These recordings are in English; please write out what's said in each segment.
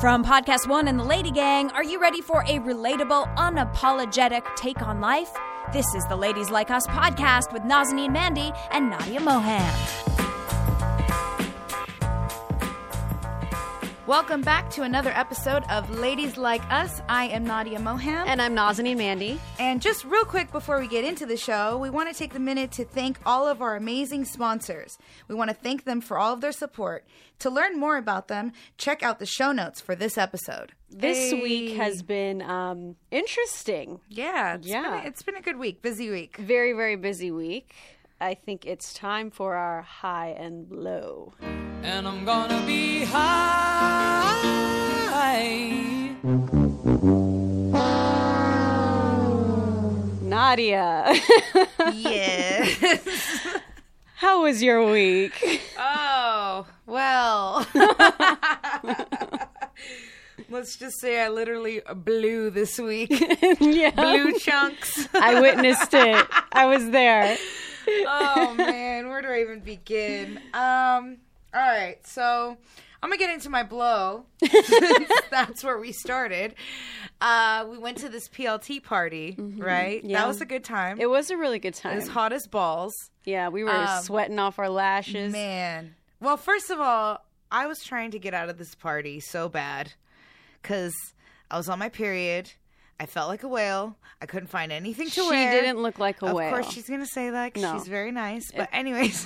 From Podcast One and the Lady Gang, are you ready for a relatable, unapologetic take on life? This is the Ladies Like Us podcast with Nazanin Mandy and Nadia Mohan. Welcome back to another episode of Ladies Like Us. I am Nadia Moham. And I'm Nazanin Mandy. And just real quick before we get into the show, we want to take the minute to thank all of our amazing sponsors. We want to thank them for all of their support. To learn more about them, check out the show notes for this episode. This week has been um, interesting. Yeah, it's Yeah. Been a, it's been a good week, busy week. Very, very busy week. I think it's time for our high and low. And I'm gonna be high. Nadia, Yeah. how was your week? oh, well. Let's just say I literally blew this week. yeah, Blew chunks. I witnessed it. I was there. oh man, where do I even begin? Um, all right, so I'm gonna get into my blow. since that's where we started. Uh, we went to this PLT party, right? Mm-hmm. yeah. That was a good time. It It was a really good time. was hot as balls, Yeah, we were Um, sweating off our lashes. man. Well, first of all, I was trying to get out of this party so bad because I was on my period. I felt like a whale. I couldn't find anything to She wear. didn't look like a whale. Of course, she's gonna say that. 'cause No. She's very nice, but anyways,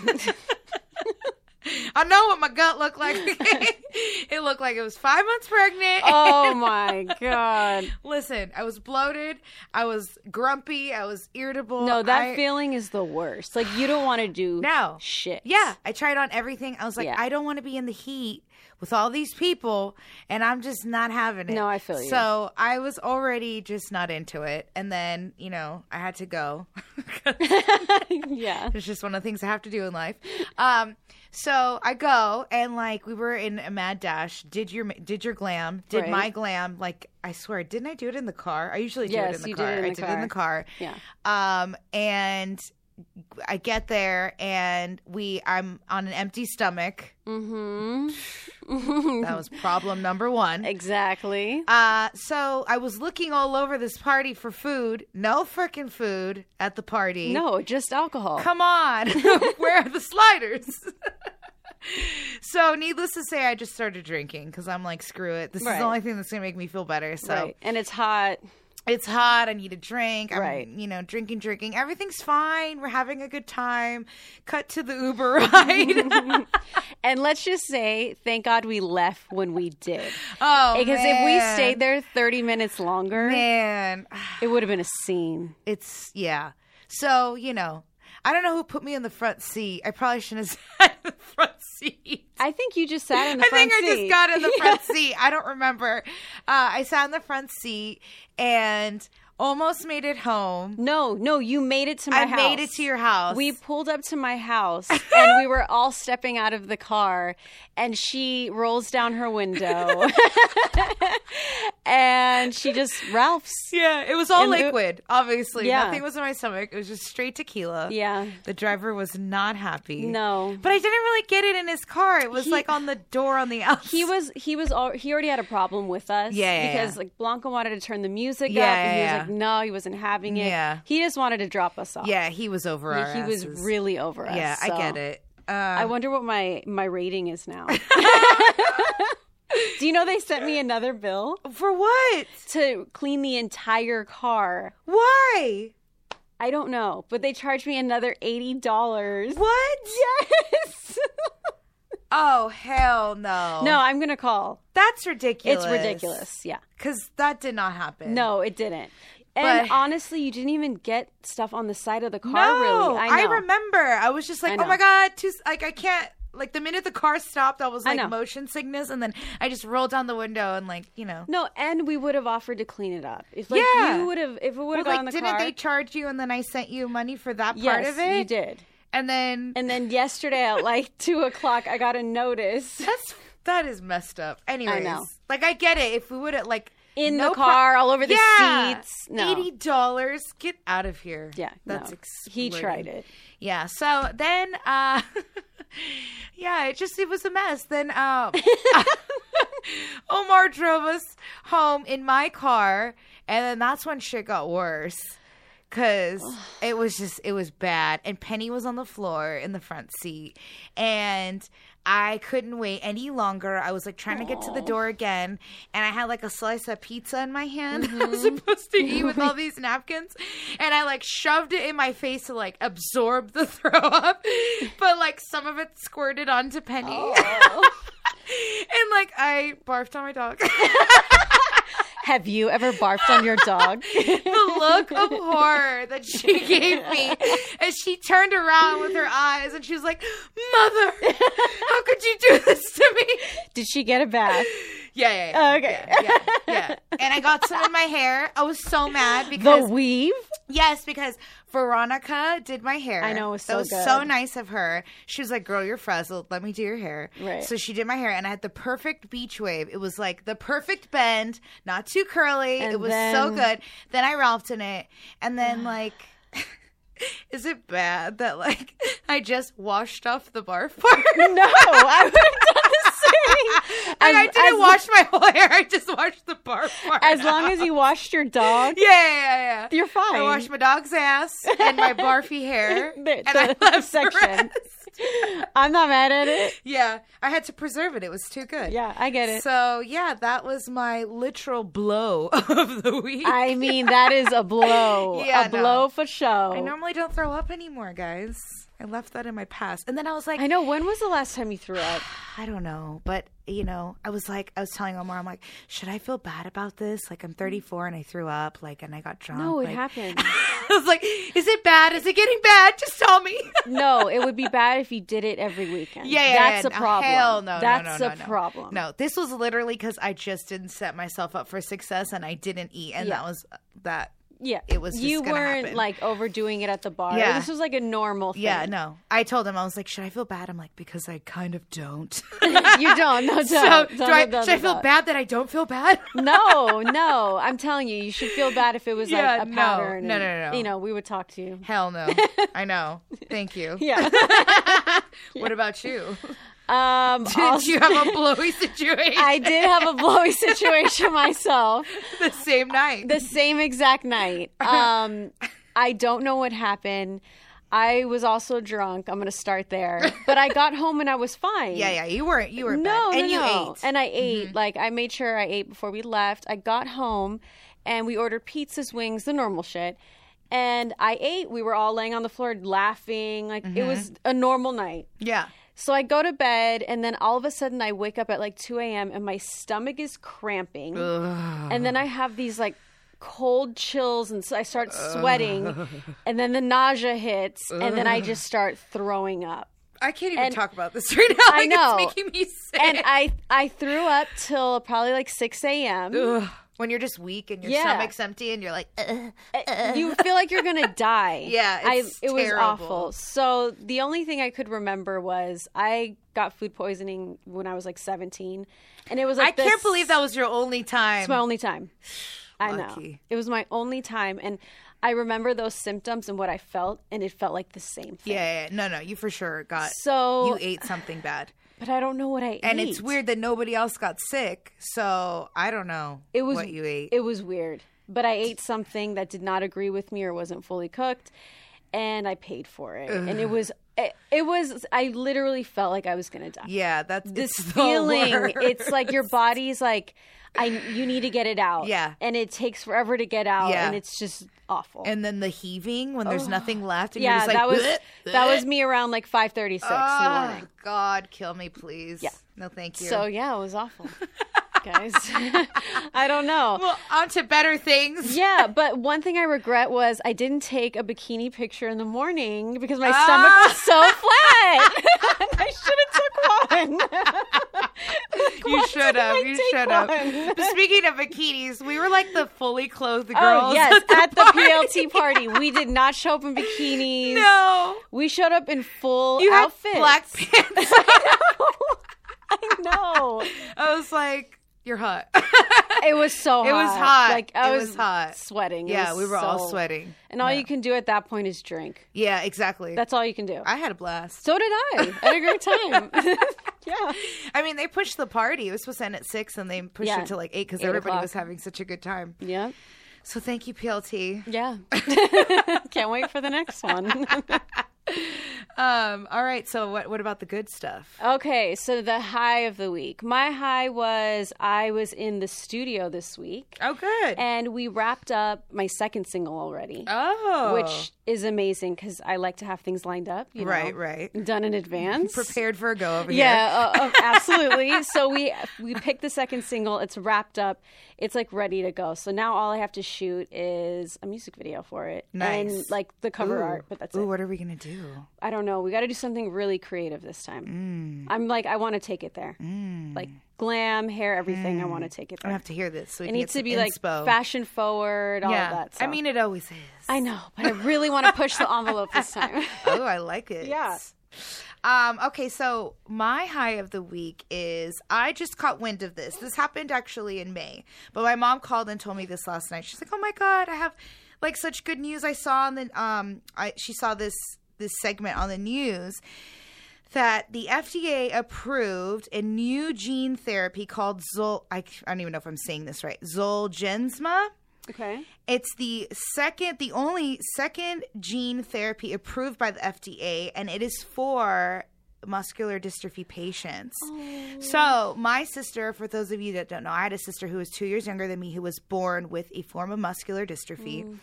I know what my gut looked like. it looked like it was five months pregnant. oh my god! Listen, I was bloated. I was grumpy. I was irritable. No, that I- feeling is the worst. Like you don't want to do No. shit. Yeah, I tried on everything. I was like, Yeah. I don't want to be in the heat with all these people, and I'm just not having it. No, I feel you. So I was already just not into it, and then you know I had to go. 'Cause- yeah. It's just one of the things I have to do in life. Um, so I go and like we were in a mad dash. Did your did your glam? Did Right. my glam? Like I swear, didn't I do it in the car? I usually do it Yes, in the you did car. it in I the did it in the car. Yeah. Um, and I get there and we I'm on an empty stomach. Mm-hmm. That was problem number one. exactly. Uh, so I was looking all over this party for food. No freaking food at the party. No, just alcohol. Come on, where are the sliders? so, needless to say, I just started drinking because I'm like, screw it. This is Right. the only thing that's gonna make me feel better. So right. And it's hot. it's hot. I need a drink. I'm, Right. You know, drinking, drinking. Everything's fine. We're having a good time. Cut to the Uber ride. And let's just say, thank God we left when we did. oh, Because if we man. stayed there 30 minutes longer, man, it would have been a scene. it's yeah. So you know. I don't know who put me in the front seat. I probably shouldn't have sat in the front seat. I think you just sat in the I front think I seat. just got in the front seat. I don't remember. Uh, I sat in the front seat and almost made it home. No, no, you made it to my I house. made it to your house. We pulled up to my house and we were all stepping out of the car and she rolls down her window and she just Ralph's. yeah, it was all In the- liquid. obviously, Yeah. nothing was in my stomach. It was just straight tequila. Yeah. The driver was not happy. No. but I didn't really get it in his car. It was He- like on the door on the outside. He was he was all, he already had a problem with us Yeah, yeah, because yeah. like Blanca wanted to turn the music Yeah, up and yeah, he was like no he wasn't having it Yeah. he just wanted to drop us off yeah, he was over. he our was asses. really over us Yeah, I so. get it. Uh, I wonder what my my rating is now do you know they sent me another bill for what? to clean the entire car Why? I don't know, but they charged me another eighty dollars. What? Yes. Oh hell no! no, I'm gonna call. that's ridiculous. It's ridiculous. Yeah. Because that did not happen. No, it didn't. And But- honestly, you didn't even get stuff on the side of the car. No, really, I, know. remember. I was just like, I oh my know. god, too, like I can't. Like the minute the car stopped, I was I like know. motion sickness, and then I just rolled down the window and like you know. No, and we would have offered to clean it up. If like Yeah. you would have, if it would Well, have gone like, on the didn't car. they charge you, and then I sent you money for that part yes, of it? you did. And then And then yesterday at like two o'clock, I got a notice that's that is messed up. Anyways, know. like I get it. If we would have like in no the pro- car, all over the yeah, seats. No. eighty dollars. Get out of here. yeah, that's no. He tried exploding. it. Yeah. So then, uh, yeah, it just it was a mess. Then uh, Omar drove us home in my car, and then that's when shit got worse. Cause it was just it was bad, and Penny was on the floor in the front seat, and I couldn't wait any longer. I was like trying to get to the door again, and I had like a slice of pizza in my hand. I was supposed to eat with all these napkins, and I like shoved it in my face to like absorb the throw up, but like some of it squirted onto Penny. And like I barfed on my dog. Have you ever barfed on your dog? the look of horror that she gave me as she turned around with her eyes and she was like, Mother, how could you do this to me? Did she get a bath? Yeah, yeah, yeah. Oh, okay. Yeah, yeah. And I got some in my hair. I was so mad The because weave? yes, because Veronica did my hair. I know, it was that so was so good. nice of her. She was like, "Girl, you're frazzled. Let me do your hair." Right. So she did my hair, and I had the perfect beach wave. It was like the perfect bend, not too curly. And it was so then- good. Then I Ralphed in it, and then like. Is it bad that like I just washed off the barf part? No, I would have done the same. Like, I As- didn't as- wash my whole hair. I just washed the barf part. As long as you washed your dog, Yeah, yeah, yeah, yeah. you're fine. I washed my dog's ass and my barfy hair, and The- I the left section. The rest. I'm not mad at it. Yeah, I had to preserve it. It was too good. Yeah, I get it. So yeah, that was my literal blow of the week. I, I mean, that is a blow. Yeah, a no. blow for show. normally don't throw up anymore, guys. I left that in my past, and then I was like, I know. When was the last time you threw up? I don't know, but you know, I was like, I was telling Omar, I'm like, should I feel bad about this? Like, I'm 34 and I threw up, like, and I got drunk. No, it like- happened. I was like, is it bad? Is it getting bad? Just tell me. No, it would be bad if you did it every weekend. Yeah, yeah, that's yeah. a problem. Hell no, no, that's no, no, a no. problem. No, this was literally because I just didn't set myself up for success and I didn't eat, and Yeah. that was uh, that. yeah, it was just You gonna weren't happen. like overdoing it at the bar. Yeah. this was like a normal thing. Yeah, no. I told him I was like, should I feel bad? I'm like, because I kind of don't. you don't. No, don't. so don't, do I, should don't, I don't, feel don't. bad that I don't feel bad? No, no. I'm telling you, you should feel bad if it was Yeah, like a no. pattern. No, and, no, no, no. You know, we would talk to you. Hell no. I know. Thank you. Yeah. What about you? Um, Did also- you have a blowy situation I did have a blowy situation myself. the same night? the same exact night. Um, I don't know what happened. I was also drunk. I'm going to start there. But I got home and I was fine. yeah, yeah. You weren't. You were No, bad. no, and you no. ate. Mm-hmm. And I ate. Like I made sure I ate before we left. I got home and we ordered pizzas, wings, the normal shit. And I ate. We were all laying on the floor laughing. Like Mm-hmm. it was a normal night. yeah. So I go to bed, and then all of a sudden I wake up at like 2 a.m. and my stomach is cramping, and then I have these like cold chills, and so I start sweating, and then the nausea hits, and then I just start throwing up. I can't even And- talk about this right now. I Like, know. It's making me sick. And I I threw up till probably like 6 a.m. Ugh. when you're just weak and your Yeah. stomach's empty and you're like, "Ugh." you feel like you're gonna die. Yeah, it's I, it was terrible. awful. So the only thing I could remember was I got food poisoning when I was like 17, and it was I like can't this- believe that was your only time. It's my only time. I know. Lucky. It was my only time. And I remember those symptoms and what I felt, and it felt like the same thing. yeah, yeah, yeah. no, no, you for sure got. So, you ate something bad, but I don't know what I ate. and it's weird that nobody else got sick. So I don't know. It was what you ate. It was weird. But I ate something that did not agree with me or wasn't fully cooked, and I paid for it. And it was, it, it was, I literally felt like I was going to die. yeah, that's this it's the feeling worst. it's like your body's like i you need to get it out Yeah. and it takes forever to get out Yeah. and it's just awful and then the heaving when there's nothing left, and yeah, you're just like, that was "Bleh, that was me around like five thirty six in the Oh morning. God, kill me, please. Yeah. No, thank you. So yeah, it was awful, guys. I don't know. well, on to better things. Yeah, but one thing I regret was I didn't take a bikini picture in the morning because my stomach Ah. was so flat. And I should have took one. You should have. I You take should have. one? But Speaking of bikinis, we were like the fully clothed girls. oh yes, the at the party. PLT party, we did not show up in bikinis. No, We showed up in full you had outfits. black pants. I know. I was like, "You're hot." it was so hot. It was hot. Like I It was, was hot. sweating. It Yeah, was we were all so- sweating. And all you can do at that point is drink. Yeah, exactly. That's all you can do. I had a blast. so did I. I had a great time. yeah. I mean, they pushed the party. It was supposed to end at six, and they pushed Yeah. it to like eight because Eight everybody o'clock. was having such a good time. Yeah. So thank you, PLT. Yeah. Can't wait for the next one. Um, all right. So what? What about the good stuff? okay, so the high of the week. My high was I was in the studio this week Oh, good. and we wrapped up my second single already. oh, Which is amazing because I like to have things lined up, you know, right, right. done in advance. Prepared for a go over here. Yeah, uh, uh, absolutely. so we we picked the second single. It's wrapped up. It's like ready to go. So now all I have to shoot is a music video for it and Nice. like the cover Ooh. art. But that's Ooh, it. what are we gonna do? I don't know. We got to do something really creative this time. Mm. I'm like, I want to take it there. Like glam, hair, everything. I want to take it Mm. I there. have to hear this. So we it can needs get to be some like inspo. fashion forward, all Yeah, of that. So. I mean, it always is. I know, but I really want to push the envelope this time. oh, I like it. Yeah. Um, okay, so my high of the week is I just caught wind of this. This happened actually in May, but my mom called and told me this last night. She's like, "Oh my god, I have like such good news I saw." And then um, I she saw this this segment on the news that the FDA approved a new gene therapy called Zol. I, I don't even know if I'm saying this right. Zolgensma. okay. It's the second, the only second gene therapy approved by the FDA, and it is for muscular dystrophy patients. Oh. So, my sister, for those of you that don't know, I had a sister who was two years younger than me who was born with a form of muscular dystrophy.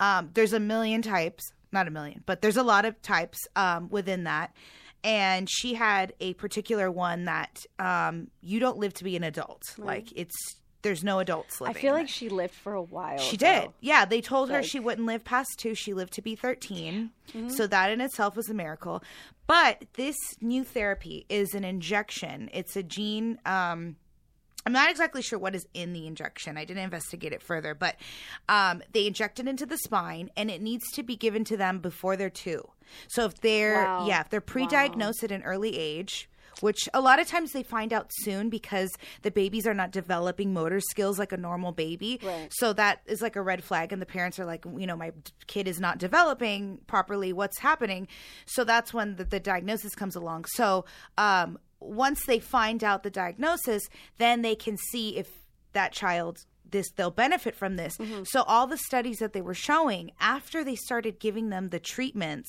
Um, there's a million types, not a million, but there's a lot of types um, within that. And she had a particular one that um, you don't live to be an adult. Like, it's there's no adults I living. feel in like it. she lived for a while. She though. did. Yeah, they told her she Like- wouldn't live past two. She lived to be 13. So that in itself was a miracle. But this new therapy is an injection, it's a gene. Um, I'm not exactly sure what is in the injection. I didn't investigate it further, but um, they inject it into the spine, and it needs to be given to them before they're two. So if they're Wow. yeah, if they're pre-diagnosed at an early age, which a lot of times they find out soon because the babies are not developing motor skills like a normal baby. Right. So that is like a red flag, and the parents are like, you know, my d- kid is not developing properly. What's happening? So that's when the, the diagnosis comes along. So um, once they find out the diagnosis, then they can see if that child this they'll benefit from this. So all the studies that they were showing after they started giving them the treatments,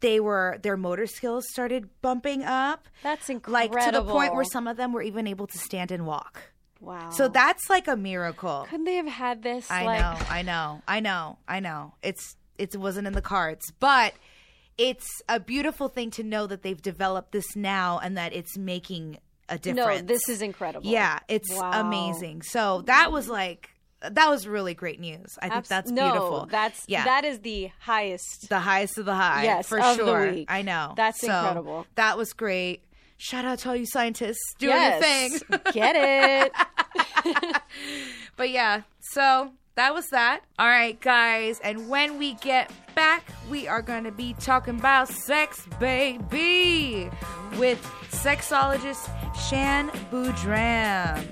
they were their motor skills started bumping up. That's incredible. Like to the point where some of them were even able to stand and walk. Wow. So that's like a miracle. Couldn't they have had this? I like, know, I know, I know, I know. It's it wasn't in the cards, but it's a beautiful thing to know that they've developed this now and that it's making a difference. No, this is incredible. yeah, it's Wow. amazing. So that was like that was really great news. I think Abs- that's no, beautiful. That's yeah. that is the highest. the highest of the high, Yes, for of the sure. week. I know That's So incredible. That was great. Shout out to all you scientists doing your yes, thing. get it. But yeah, so that was that. All right, guys. And when we get back, we are going to be talking about sex, baby, with sexologist Shan Boudram.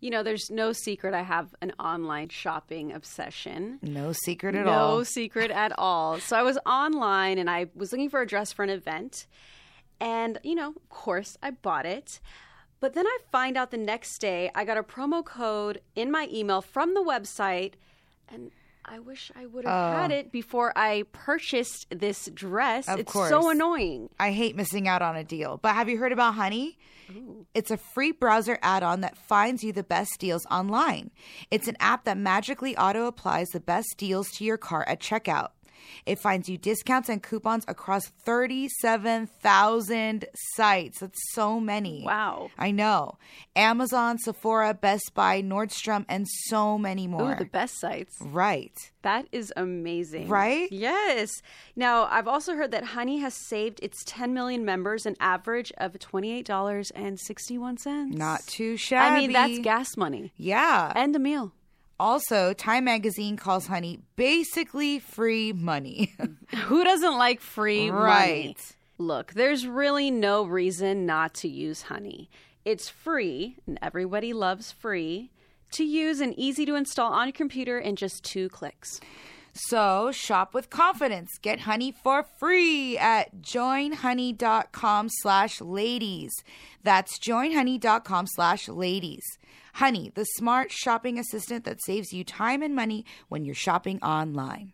You know, there's no secret. I have an online shopping obsession. No secret at no all. secret at all. So I was online and I was looking for a dress for an event. And, you know, of course, I bought it. But then I find out the next day I got a promo code in my email from the website. And I wish I would have had it before I purchased this dress. Oh. Of it's so course. annoying. I hate missing out on a deal. But have you heard about Honey? It's a free browser add on that finds you the best deals online. It's an app that magically auto applies the best deals to your cart at checkout. It finds you discounts and coupons across 37,000 sites. That's so many. Wow. I know. Amazon, Sephora, Best Buy, Nordstrom, and so many more. Ooh, the best sites. right. That is amazing. Right? Yes. Now, I've also heard that Honey has saved its 10 million members an average of $28.61. Not too shabby. I mean, that's gas money Yeah. and a meal. Also, Time Magazine calls honey basically free money. Who doesn't like free money? right. Look, there's really no reason not to use honey. It's free, and everybody loves free, to use and easy to install on your computer in just two clicks. So shop with confidence. Get honey for free at joinhoney.com slash ladies. That's joinhoney.com slash ladies. Honey, the smart shopping assistant that saves you time and money when you're shopping online.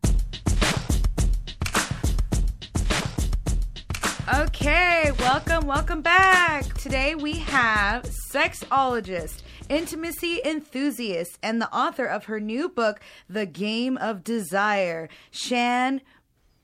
Okay, welcome, welcome back. Today we have sexologist, intimacy enthusiast, and the author of her new book, The Game of Desire, Shan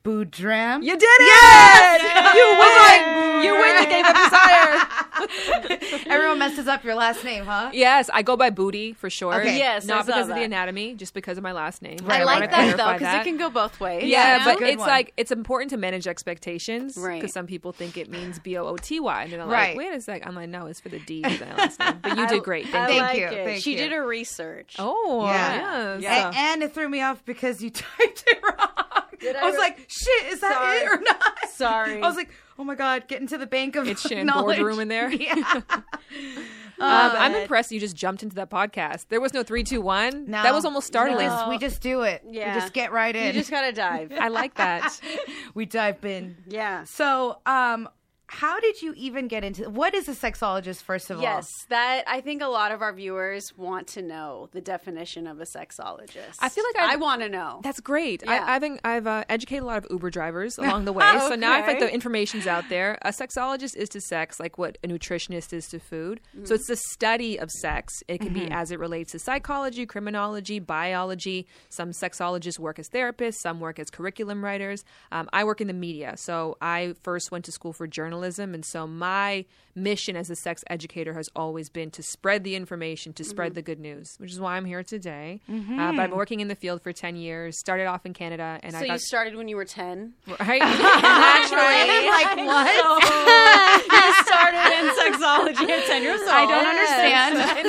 Boudram. You did it! Yes! You win! You win the game of desire. Everyone messes up your last name, huh? Yes, I go by booty for sure. Okay. Yes, I not saw because of that. the anatomy, just because of my last name. I wanna like that though clarify because it that. can go both ways. Yeah, you know? but Good it's one. like it's important to manage expectations Right. because some people think it means B O O T Y, and they're like, Right. "Wait a sec." I'm like, "No, it's for the D." in my last name." But you did great. I Thank you. Thank like you, it. thank she you. did her research. Oh, Yeah. yes. A- And, it threw me off because you typed it wrong. I I, was re- like, shit, is that Sorry. it or not? Sorry. I was like, oh my God, get into the bank of It's Shan knowledge. Boardroom in there. Yeah. Um, I'm but- impressed you just jumped into that podcast. There was no three, two, one. No. That was almost We startling. just- We just do it. Yeah. We just get right in. You just gotta dive. I like that. we dive in. yeah. So, um, how did you even get into what is a sexologist first of all? Yes, that I think a lot of our viewers want to know the definition of a sexologist. I feel like I- want to know. That's great. Yeah. I, I've en- I've uh, educated a lot of Uber drivers along the way, so now I feel like Okay. the information's out there. A sexologist is to sex like what a nutritionist is to food. So it's the study of sex. It can Mm-hmm. be as it relates to psychology, criminology, biology. Some sexologists work as therapists. Some work as curriculum writers. Um, I work in the media, so I first went to school for journalism, and so my mission as a sex educator has always been to spread the information, to spread Mm-hmm. the good news, which is why I'm here today. Uh, but I've been working in the field for 10 years, started off in Canada, and so I you got. started when you were ten. right? Naturally. like what? you started in sexology at ten years old. I don't understand.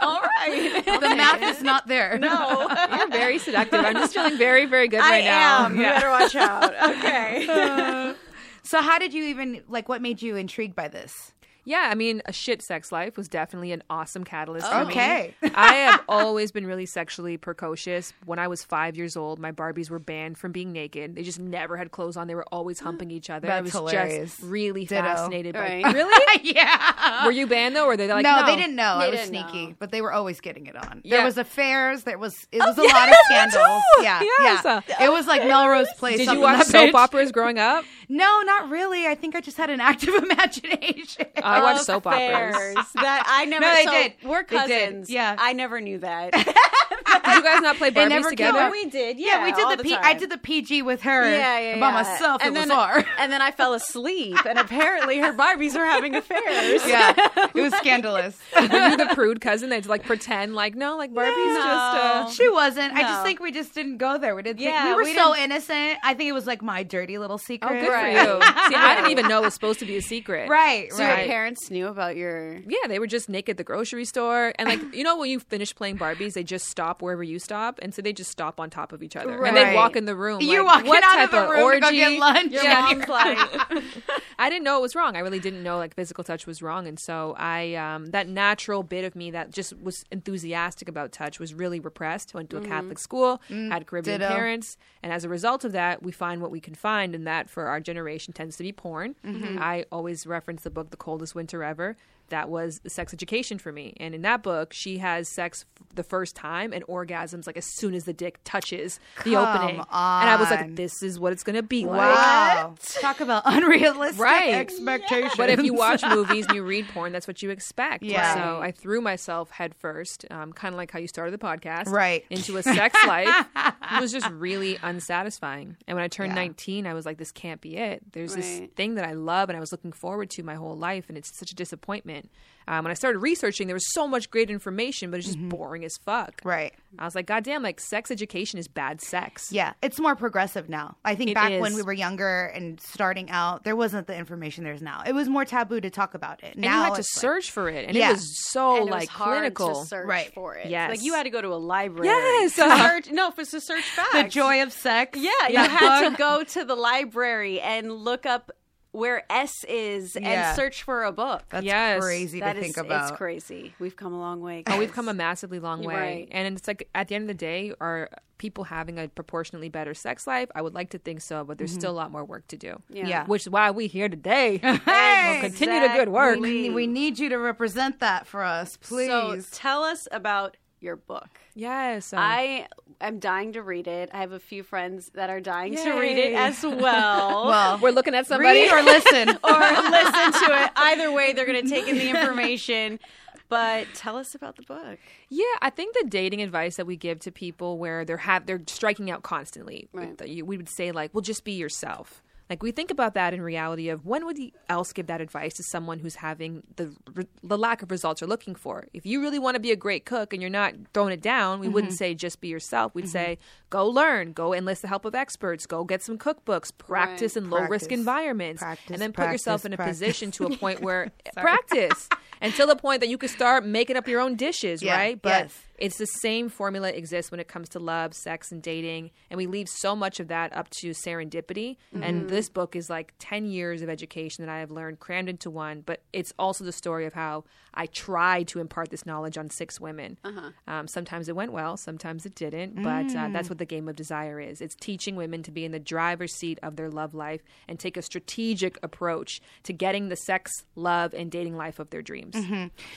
All right. The math is not there. No. You're very seductive. I'm just feeling very, very good I right now. am. You better watch out. Okay. So how did you even like what made you intrigued by this? Yeah, I mean, a shit sex life was definitely an awesome catalyst for me. Okay. I have always been really sexually precocious. When I was five years old, my Barbies were banned from being naked. They just never had clothes on. They were always humping each other. I That's was hilarious. just really Ditto. fascinated by Right. Really? yeah. Were you banned though? Or were they like, no, no, they didn't know. They I was didn't sneaky, know. but they were always getting it on. Yeah. Oh, There was affairs. There was it was a yeah, lot of me scandals. too. Yeah, Yes. yeah. It was like Melrose Place. Did up in you watch that soap bitch. operas growing up? No, not really. I think I just had an active imagination. I watched soap Affairs. operas. That I never. No, they so did. We're They did. cousins. Yeah. I never knew that. Did you guys not play Barbies never came together? out. we did. Yeah, yeah, we all did the, P- time. I did the PG with her Yeah, yeah, by yeah. myself. And it then, was hard. And then I fell asleep, and apparently her Barbies were having affairs. yeah, it was scandalous. Were you the prude cousin that's like pretend like no, like Barbie's just uh, She wasn't. I just No. think we just didn't go there. We didn't. Yeah, think, we were we so innocent. I think it was like my dirty little secret. oh, good Right. for you. See, I didn't even know it was supposed to be a secret. Right, So right. your parents knew about your Yeah, they were just naked at the grocery store, and like you know, when you finish playing Barbies, they just stop wherever you stop, and so they just stop on top of each other, and Right. they walk in the room. You're like, walking what out of type the room orgy? to go get lunch. your Yeah. mom's like I didn't know it was wrong. I really didn't know like physical touch was wrong, and so I um, that natural bit of me that just was enthusiastic about touch was really repressed. Went to a Catholic school, had Mm-hmm. Caribbean Mm, ditto. parents, and as a result of that, we find what we can find, and that for our generation tends to be porn. Mm-hmm. I always reference the book "The Coldest Winter Ever." That was the sex education for me, and in that book, she has sex f- the first time and orgasms like as soon as the dick touches the opening, and I was on. like, "This is what it's gonna be like." Wow. Talk about unrealistic Right. expectations. But if you watch movies and you read porn, that's what you expect. Yeah. So I threw myself headfirst, um, kind of like how you started the podcast, Right. into a sex life. it was just really unsatisfying. And when I turned 19, I was like, this can't be it. There's this Right. thing that I love and I was looking forward to my whole life, and it's such a disappointment. information. Um, when I started researching, there was so much great information, but it's just boring as fuck. Mm-hmm. Right. I was like, God damn, like sex education is bad sex. Yeah, it's more progressive now. I think It back when is. we were younger and starting out, there wasn't the information there's now. It was more taboo to talk about it. And you had to it's like- search for it, and Yeah. it was so And it was like hard clinical. to search Oh, Right. uh-huh. for it. Yes. like you had to go to a library. Yes. to search, no, for to search facts. the joy of sex. Yeah, you had to go to the library and look up where S is Yeah. and search for a book. That's Yes. crazy That to is- think about. It's crazy. We've come a long way. Oh, guys. we've come a massively long way. Right. And it's like at the end of the day, are people having a proportionately better sex life? I would like to think so, but there's still a lot more work to do. Mm-hmm. Yeah. Which is why we here today. and we'll continue the good work. We, we need you to represent that for us, please. So tell us about your book. Yes. um, I am dying to read it. I have a few friends that are dying to read it as well. well, we're looking at somebody. read or listen. or listen to it. Either way, they're going to take in the information. But tell us about the book. Yeah, I think the dating advice that we give to people where they're have they're striking out constantly, Right. that you- we would say like, "Well, just be yourself." Like we think about that in reality of when would you else give that advice to someone who's having the re- the lack of results you're looking for. If you really want to be a great cook and you're not throwing it down, we wouldn't Mm-hmm. say just be yourself. We'd say go learn, go enlist the help of experts, go get some cookbooks, practice in low risk Practice. environments, Practice, and then put yourself practice, in a practice. position to a point where practice until the point that you could start making up your own dishes, Yeah, right? But yes. it's the same formula exists when it comes to love, sex, and dating, and we leave so much of that up to serendipity. And this book is like ten years of education that I have learned crammed into one. But it's also the story of how I tried to impart this knowledge on six women. Um, sometimes it went well, sometimes it didn't. But uh, that's what the game of desire is. It's teaching women to be in the driver's seat of their love life and take a strategic approach to getting the sex, love, and dating life of their dreams.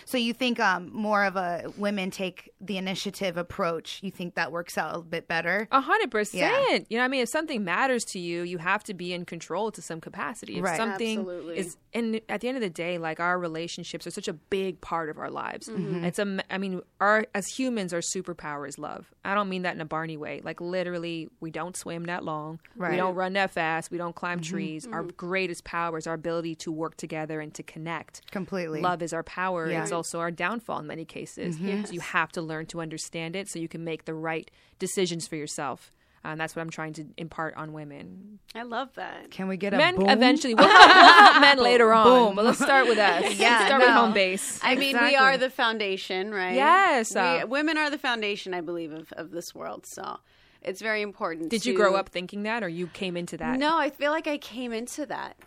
So you think um, more of a women take the initiative approach? You think that works out a bit better? A hundred percent. You know, I mean, if something matters to you, you have to be in control to some capacity. If Right. something Absolutely. is, and at the end of the day, like our relationships are such a big part of our lives. Mm-hmm. Mm-hmm. It's a, I mean, our as humans, our superpower is love. I don't mean that in a Barney way. Like literally, we don't swim that long. Right. Mm-hmm. We don't run that fast. We don't climb trees. Our greatest power is our ability to work together and to connect. Completely. Love is our power. Yeah. Mm-hmm. It's also our downfall in many cases. So you have to learn to understand it so you can make the right decisions for yourself. And that's what I'm trying to impart on women. I love that. Can we get a Men boom? eventually, we'll help, we'll help men later on, but let's start with us. Yeah, let's start with no. home base. I mean, we are the foundation, right? Yes. We, women are the foundation, I believe, of, of this world. So it's very important. Did you to- grow up thinking that, or you came into that? No, I feel like I came into that.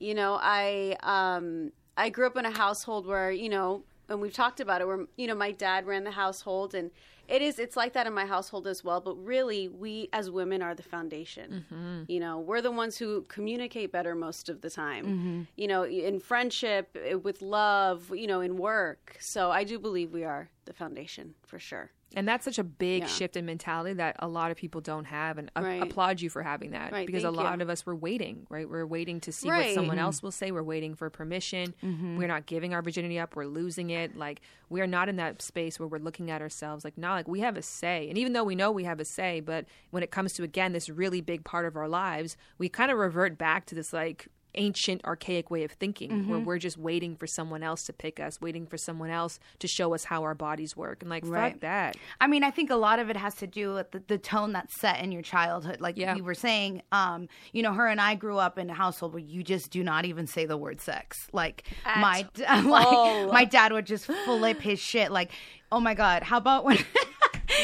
You know, I um I grew up in a household where, you know, and we've talked about it where you know, my dad ran the household and it is it's like that in my household as well, but really we as women are the foundation. Mm-hmm. You know, we're the ones who communicate better most of the time. Mm-hmm. You know, in friendship, eh, with love, you know, in work. So I do believe we are the foundation for sure. And that's such a big shift in mentality that a lot of people don't have, and I Right. applaud you for having that Right, because a thank you. lot of us were waiting, right? We're waiting to see Right. Mm-hmm. what someone else will say. We're waiting for permission. We're not giving our virginity up. We're losing it. Like we are not in that space where we're looking at ourselves like, nah, like we have a say. And even though we know we have a say, but when it comes to again this really big part of our lives, we kind of revert back to this like ancient archaic way of thinking where Mm-hmm. we're just waiting for someone else to pick us waiting for someone else to show us how our bodies work and like Right. fuck that I mean, I think a lot of it has to do with the, the tone that's set in your childhood. Like Yeah. you were saying, um, you know, her and I grew up in a household where you just do not even say the word sex. Like my d- like my dad would just flip his shit. Like, oh my god, how about when?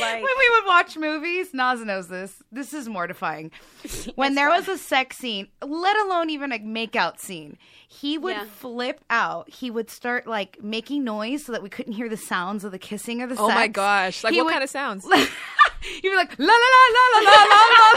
Like- when we would watch movies, Nas knows this. This is mortifying. When there was a sex scene, let alone even a makeout scene, he would Yeah. flip out. He would start like making noise so that we couldn't hear the sounds of the kissing or the Oh my sex. gosh! Like He what would- kind of sounds? He'd be like la la la la la la la.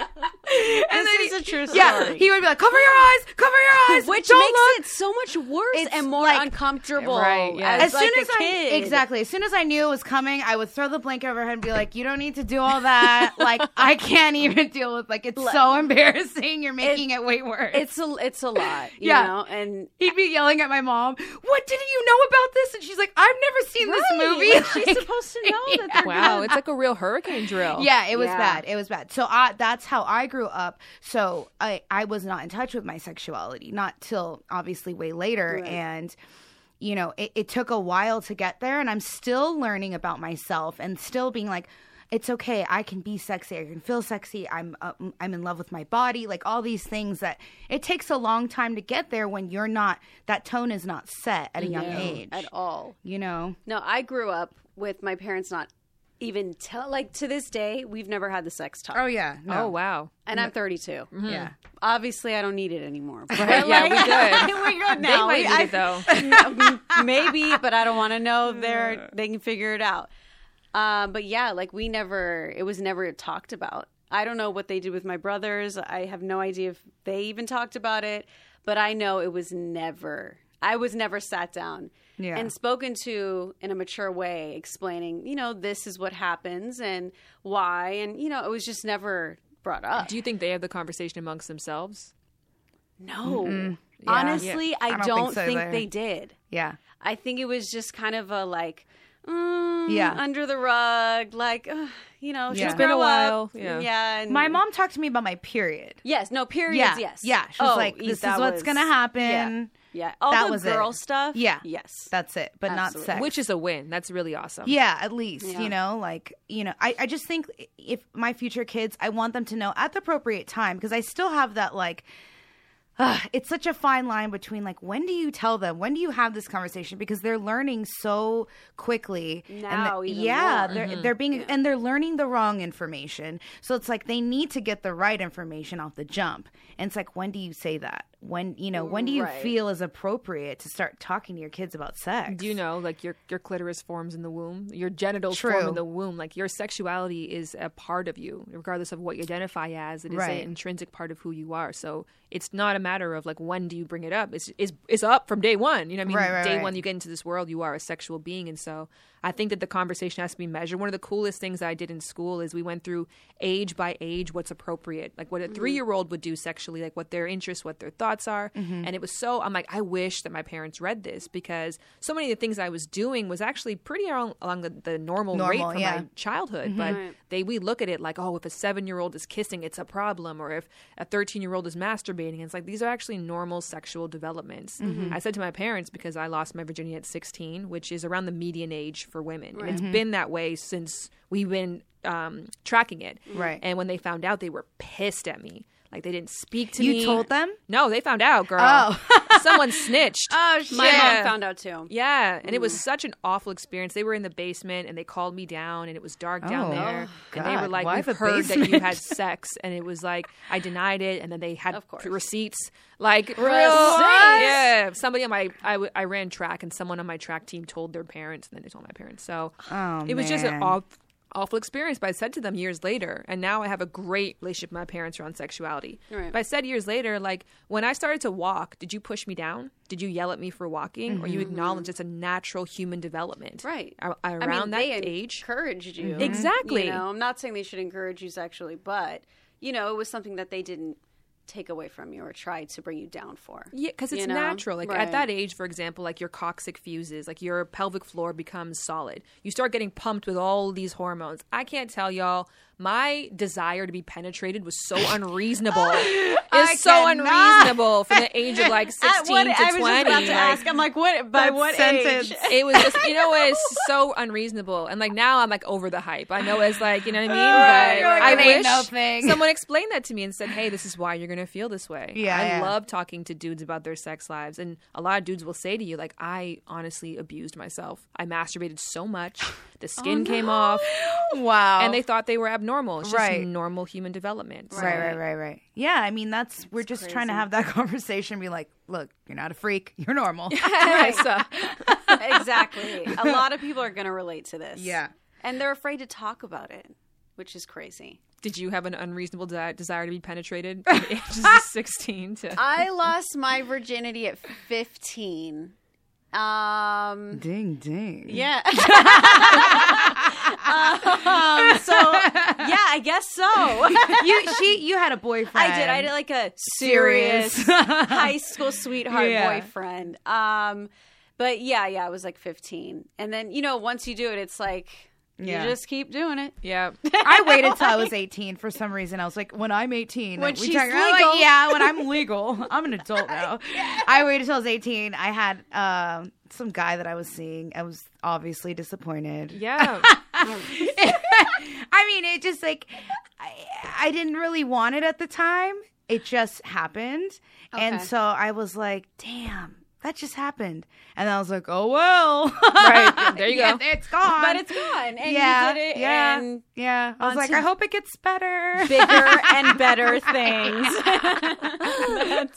la. And this is a true story. yeah, he would be like, cover your eyes, cover your eyes, which don't makes look. it so much worse It's and more like- uncomfortable. Right, yeah. As, As like, soon as a kid. I exactly, as soon as I knew it was coming, I would throw the blanket over her and be like, "You don't need to do all that. like, I can't even deal with. Like, it's so embarrassing. You're making it, way worse." It's a it's a lot, you Yeah. know, and He'd be yelling at my mom, "What didn't you know about this?" And she's like, "I've never seen Like, this movie." she's Like- supposed to know that they're wow, it's like a real hurricane drill. Yeah, it was Yeah. bad. It was bad. So I, that's how I grew up. So I, I was not in touch with my sexuality, not till obviously way later. And you know, it, it took a while to get there. And I'm still learning about myself and still being like, it's okay. I can be sexy. I can feel sexy. I'm uh, m- I'm in love with my body. Like all these things that it takes a long time to get there when you're not that tone is not set at a young age at all. You know, No, I grew up with my parents not even tell like to this day we've never had the sex talk. Oh yeah. Oh wow. And I'm 32. Yeah. Obviously, I don't need it anymore. But yeah, we did. we good They might need it though. maybe, but I don't want to know. They're they can figure it out. Um, but yeah, like we never, it was never talked about. I don't know what they did with my brothers. I have no idea if they even talked about it. But I know it was never. I was never sat down Yeah. and spoken to in a mature way, explaining, you know, this is what happens and why, and you know, it was just never brought up. Do you think they have the conversation amongst themselves? No. Honestly, I, don't, don't think so think, either. they did. Yeah. I think it was just kind of a like, mm, Yeah. under the rug, like, ugh, you know, Yeah. just It's been a grow while. up. Yeah. and- My mom talked to me about my period. Yes, no, periods, Yeah. yes. Yeah. She was Oh, like, eat, this is that what's was- going to happen. Yeah. yeah. All That the was it. girl stuff. Yeah. Yes. That's it, but Absolutely. not sex. Which is a win. That's really awesome. yeah, at least, Yeah. you know, like, you know, I, I just think if my future kids, I want them to know at the appropriate time because I still have that, like, ugh, it's such a fine line between, like, when do you tell them? When do you have this conversation? Because they're learning so quickly. and Now the- even yeah, more. they're, they're being, and they're learning the wrong information. So it's like they need to get the right information off the jump. And it's like, when do you say that? When, you know, when do you feel is appropriate to start talking to your kids about sex? Do you know, like your your clitoris forms in the womb, your genitals form True. in the womb. Like your sexuality is a part of you, regardless of what you identify as. It is Right. an intrinsic part of who you are. So it's not a matter of like when do you bring it up. It's it's, it's up from day one. You know, what I mean, Right, right, day right. one you get into this world, you are a sexual being, and so I think that the conversation has to be measured. One of the coolest things I did in school is we went through age by age what's appropriate, like Mm-hmm. what a three year old would do sexually, like what their interests, what their thoughts are, Mm-hmm. and it was so. I'm like, I wish that my parents read this because so many of the things I was doing was actually pretty along, along the, the normal, Normal, rate for yeah. my childhood, Mm-hmm. but they we look at it like, oh, if a seven year old is kissing, it's a problem, or if a thirteen year old is masturbating, it's like these are actually normal sexual developments. Mm-hmm. I said to my parents because I lost my virginity at sixteen, which is around the median age for women, and it's been that way since we've been um, tracking it. Mm-hmm. Right. and when they found out, they were pissed at me. Like they didn't speak to You me. told them? No, they found out, girl. Someone snitched. Oh shit! My mom found out too. Yeah, and Mm. it was such an awful experience. They were in the basement and they called me down, and it was dark down Oh, there. and they God, were like, why the "We've heard that you basement?" had sex," and it was like, "I denied it," and then they had Of course. receipts, like real, Receipts? yeah. Somebody on my, I, w- I ran track, and someone on my track team told their parents, and then they told my parents. So Oh, it was just an man. awful. Awful experience, but I said to them years later, and now I have a great relationship with my parents around sexuality. Right. But I said years later, like when I started to walk, did you push me down? Did you yell at me for walking, or you acknowledge it's a natural human development? Right. Ar- around I mean, that they age. encouraged you. Mm-hmm. Exactly. You know, I'm not saying they should encourage you sexually, but, you know, it was something that they didn't take away from you or try to bring you down for. Yeah, because it's you know? natural. Like Right. at that age, for example, like your coccyx fuses, like your pelvic floor becomes solid. You start getting pumped with all these hormones. I can't tell y'all, my desire to be penetrated was so unreasonable. it's so cannot. unreasonable from the age of like At sixteen what- to I was twenty. just about to like- ask. I'm like, what? By That what sentence. age? it was just you know it's so unreasonable and like now i'm like over the hype i know it's like you know what i mean you're like, but it ain't i wish nothing. someone explained that to me and said hey this is why you're gonna feel this way Yeah, i yeah. love talking to dudes about their sex lives and a lot of dudes will say to you like i honestly abused myself i masturbated so much Oh, the skin came off Wow. and they thought they were abnormal it's just Oh. Right. normal human development So- right, right, right, right. Yeah, I mean that's we're just trying to have that conversation. Be like, look, you're not a freak. You're normal. exactly. A lot of people are going to relate to this. Yeah. And they're afraid to talk about it, which is crazy. did you have an unreasonable de- desire to be penetrated from the ages of 16 to I lost my virginity at 15. Um, ding, ding. Yeah. um, so yeah, I guess so. I you she you had a boyfriend. did. I had like a serious Serious. high school sweetheart Yeah. boyfriend. Um, but yeah, yeah, I was like 15, and then you know, once you do it, it's like Yeah. you just keep doing it. yeah I waited till I was 18 for some reason. I was like, when I'm 18, When like, we she's talk- I'm legal. Like, yeah, when I'm legal, I'm an adult now. I waited till I was 18. I had um some guy that I was seeing. I was obviously disappointed. Yeah. I mean, it just like I, I didn't really want it at the time. It just happened, and Okay. so I was like, "Damn, that just happened." And I was like, "Oh well, right. There you go. Yeah, it's gone." But it's gone, and yeah, you did it, yeah, and yeah. I was on like, to- "I hope it gets better." bigger and better things.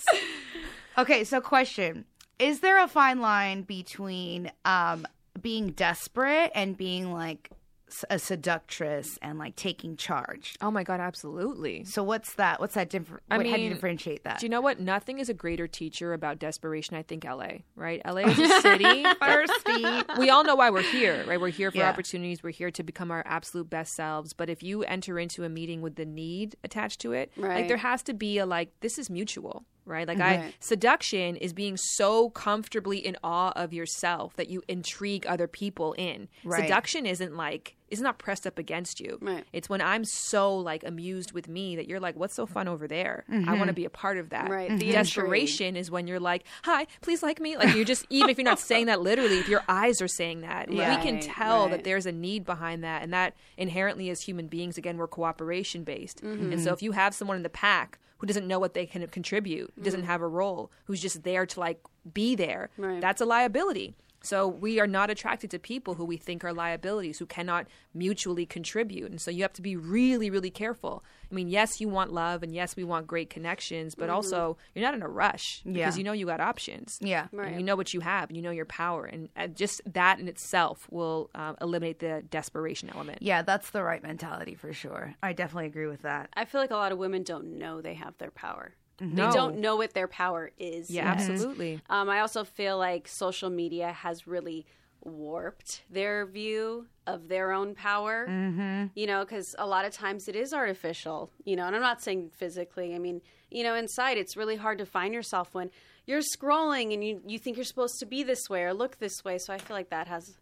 Okay, so question: Is there a fine line between um, being desperate and being like s- a seductress and like taking charge? Oh my God, absolutely. So what's that? What's that different? I What how do you mean, differentiate that? Do you know what? Nothing is a greater teacher about desperation, I think, LA, right? LA is a city. Thirsty. we all know why we're here, right? We're here for Yeah. opportunities. We're here to become our absolute best selves. But if you enter into a meeting with the need attached to it, like Right. there has to be a like, this is mutual, right? Like I seduction is being so comfortably in awe of yourself that you intrigue other people in. Right. Seduction isn't like is not pressed up against you. Right. It's when I'm so like amused with me that you're like, what's so fun over there? I want to be a part of that. Mm-hmm. Right, the Desperation is when you're like, hi, please like me. Like you're just, even if you're not saying that literally, if your eyes are saying that, we can Right, tell that right. there's a need behind that. And that inherently as human beings, again, we're cooperation based. Mm-hmm. And so if you have someone in the pack who doesn't know what they can contribute, Mm-hmm. who doesn't have a role, who's just there to like be there, Right. that's a liability. So we are not attracted to people who we think are liabilities, who cannot mutually contribute. And so you have to be really, really careful. I mean, yes, you want love and yes, we want great connections, Mm-hmm. but also you're not in a rush because Yeah. you know you got options. Yeah. And Right. you know what you have, you know your power. And uh, just that in itself will um, eliminate the desperation element. Yeah, that's the right mentality for sure. I definitely agree with that. I feel like a lot of women don't know they have their power. No. They don't know what their power is. Yeah, yet. absolutely. Um, I also feel like social media has really warped their view of their own power. Mm-hmm. You know, because a lot of times it is artificial. You know, and I'm not saying physically. I mean, you know, inside it's really hard to find yourself when you're scrolling and you you think you're supposed to be this way or look this way. So I feel like that has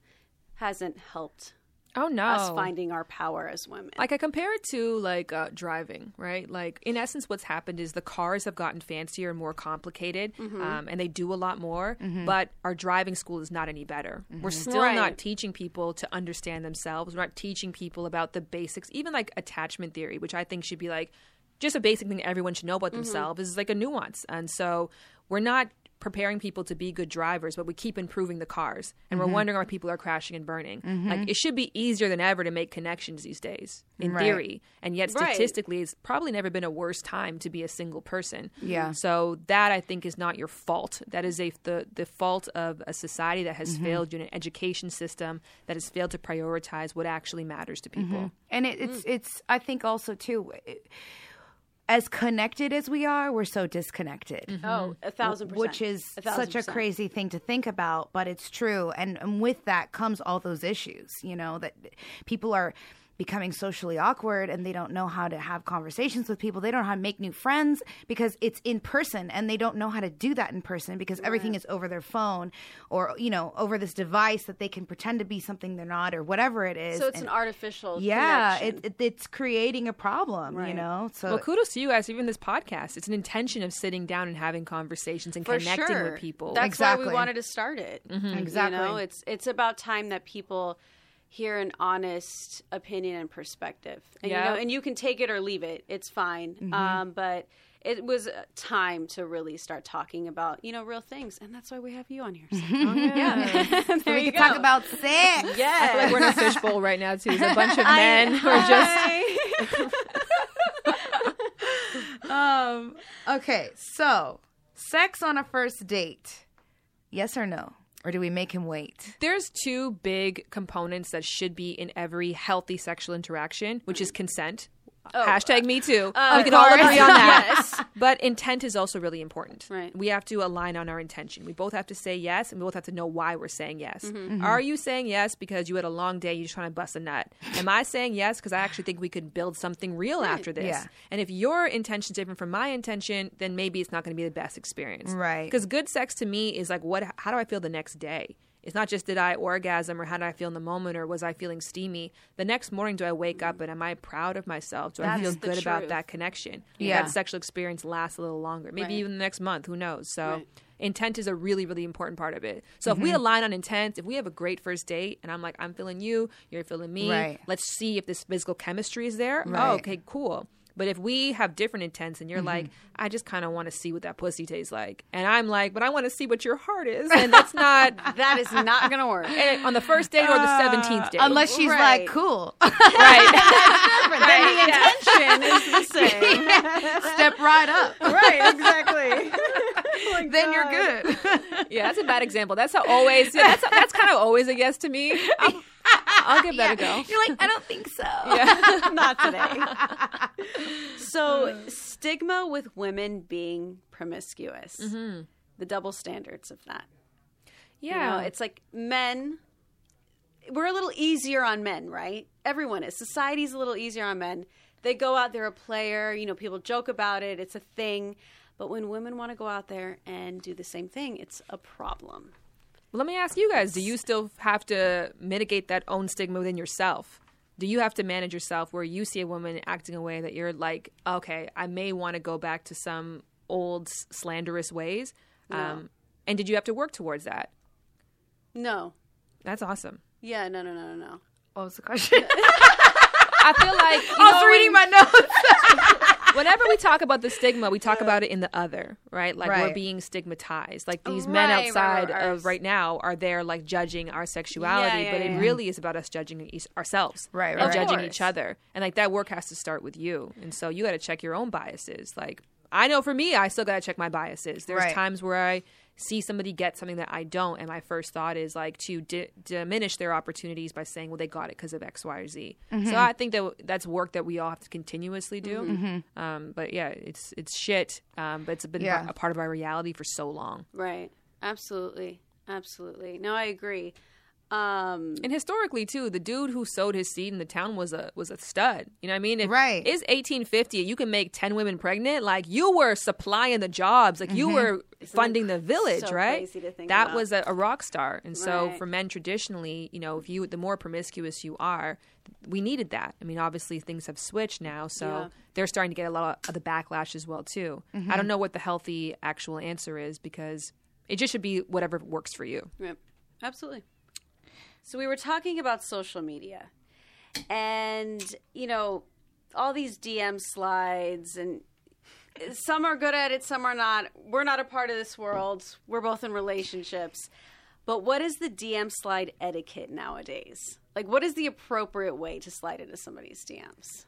hasn't helped Oh, no. us finding our power as women. Like I compare it to like uh, driving, right? Like in essence, what's happened is the cars have gotten fancier and more complicated, um, and they do a lot more. But our driving school is not any better. We're still not Right. teaching people to understand themselves. We're not teaching people about the basics, even like attachment theory, which I think should be like just a basic thing everyone should know about themselves. Is like a nuance, and so we're not preparing people to be good drivers but we keep improving the cars and Mm-hmm. we're wondering why people are crashing and burning like it should be easier than ever to make connections these days in theory and yet Right. statistically it's probably never been a worse time to be a single person Yeah. so that i think is not your fault that is a the, the fault of a society that Mm-hmm. has failed you in an education system that has failed to prioritize what actually matters to people Mm-hmm. And it, it's Mm. it's I think also too it- as connected as we are, we're so disconnected. oh, a thousand percent. Which is thousand such a percent. crazy thing to think about, but it's true. And, and with that comes all those issues, you know, that people are becoming socially awkward and they don't know how to have conversations with people. They don't know how to make new friends because it's in person and they don't know how to do that in person because everything is over their phone or, you know, over this device that they can pretend to be something they're not or whatever it is. So it's And- an artificial. yeah, connection. it, it, it's creating a problem, you know? So Well, kudos to you guys, even this podcast. It's an intention of sitting down and having conversations and for connecting sure. with people. That's why Exactly. we wanted to start it. Exactly. You know, it's it's about time that people hear an honest opinion and perspective. And Yeah. you know, and you can take it or leave it. It's fine. Um, but it was uh, time to really start talking about you know real things, and that's why we have you on here. So. yeah. there we you could go. talk about sex. I feel yeah. like we're in a fishbowl right now too. There's a bunch of men who are just Um, okay, so sex on a first date. Yes or no? Or do we make him wait? there's two big components that should be in every healthy sexual interaction, which is consent. Hashtag me too. we can all course. agree on Oh. that. Uh, Yes. But intent is also really important. Right. We have to align on our intention. We both have to say yes, and we both have to know why we're saying yes. Mm-hmm. Are you saying yes because you had a long day, you're just trying to bust a nut? Am I saying yes because I actually think we could build something real after this? Yeah. And if your intention's different from my intention, then maybe it's not going to be the best experience. Right. Because good sex to me is like what how do I feel the next day? It's not just did I orgasm or how did I feel in the moment or was I feeling steamy? The next morning do I wake up and am I proud of myself? Do I feel good about truth. that connection? Yeah. That sexual experience lasts a little longer. Maybe even the next month, who knows? So intent is a really, really important part of it. So Mm-hmm. if we align on intent, if we have a great first date and I'm like, I'm feeling you, you're feeling me, Right. let's see if this physical chemistry is there. Right. Oh, okay, cool. But if we have different intents and you're like, I just kind of want to see what that pussy tastes like. And I'm like, but I want to see what your heart is. And that's not That is not going to work. and on the first date or the 17th date. Unless she's Right. like, cool. right. Intention is the same. Step right up. Right, exactly. then you're good. yeah, that's a bad example. That's how always, yeah, that's, that's kind of always a yes to me. I'm, I'll give that a go. You're like, I don't think so. not today. so, stigma with women being promiscuous, the double standards of that. You Yeah. know, it's like men, we're a little easier on men, right? Everyone is. Society's a little easier on men. They go out, they're a player, you know, people joke about it, it's a thing. But when women want to go out there and do the same thing, it's a problem. Let me ask you guys: Do you still have to mitigate that own stigma within yourself? Do you have to manage yourself where you see a woman acting a way that you're like, okay, I may want to go back to some old s- slanderous ways? Um, and did you have to work towards that? No. That's awesome. Yeah, no, no, no, no, no. What was the Oh, question? I feel like you I was know, reading my notes. whenever we talk about the stigma, we talk about it in the other, right? Like we're Right. being stigmatized. Like these men Right, right, outside right, of right now are there like judging our sexuality, yeah, but it yeah. really is about us judging each- ourselves, Right, and right, right. judging course. each other, and like that work has to start with you. And so you got to check your own biases. Like I know for me, I still got to check my biases. There's Right. times where I see somebody get something that I don't, and my first thought is like to di- diminish their opportunities by saying, "Well, they got it because of X, Y, or Z." So I think that that's work that we all have to continuously do. Um, but yeah, it's it's shit, um, but it's been Yeah. a part of our reality for so long. Right. Absolutely. Absolutely. No, I agree. Um, And historically too, the dude who sowed his seed in the town was a was a stud. You know what I mean? If Right. It's 1850. You can make 10 women pregnant. Like you were supplying the jobs. Like you were funding the village, so right? crazy to think that about? was a, a rock star. And so Right. for men traditionally, you know, if you the more promiscuous you are, we needed that. I mean, obviously things have switched now, so Yeah. they're starting to get a lot of the backlash as well too. I don't know what the healthy actual answer is because it just should be whatever works for you. Yep. Absolutely. So we were talking about social media and, you know, all these DM slides and some are good at it, some are not. We're not a part of this world. We're both in relationships. But what is the DM slide etiquette nowadays? Like what is the appropriate way to slide into somebody's DMs?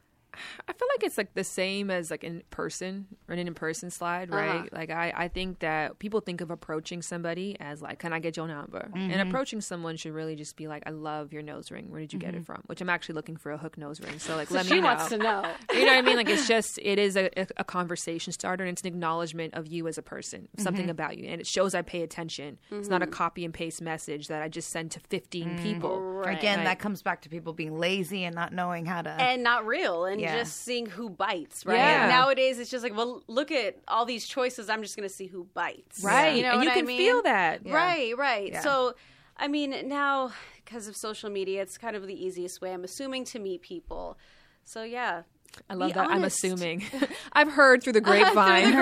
I feel like it's like the same as like in person or an in person slide, Uh-huh. right? Like I, I think that people think of approaching somebody as like, can I get your number? Mm-hmm. And approaching someone should really just be like, I love your nose ring. Where did you get it from? Which I'm actually looking for a hook nose ring. So like, let Mm-hmm. she me know. wants to know. You know what I mean? Like it's just it is a, a- a conversation starter and it's an acknowledgement of you as a person, of Mm-hmm. something about you, and it shows I pay attention. It's not a copy and paste message that I just send to 15 Mm. people. Again, that comes back to people being lazy and not knowing how to. and not real and Yeah. just seeing who bites right Uh, Yeah. nowadays it's just like well look at all these choices i'm just gonna see who bites Right, you know and what you I can mean? feel that. right right so i mean now because of social media it's kind of the easiest way i'm assuming to meet people so yeah I love Be that. I'm honest. assuming. I've heard through the grapevine.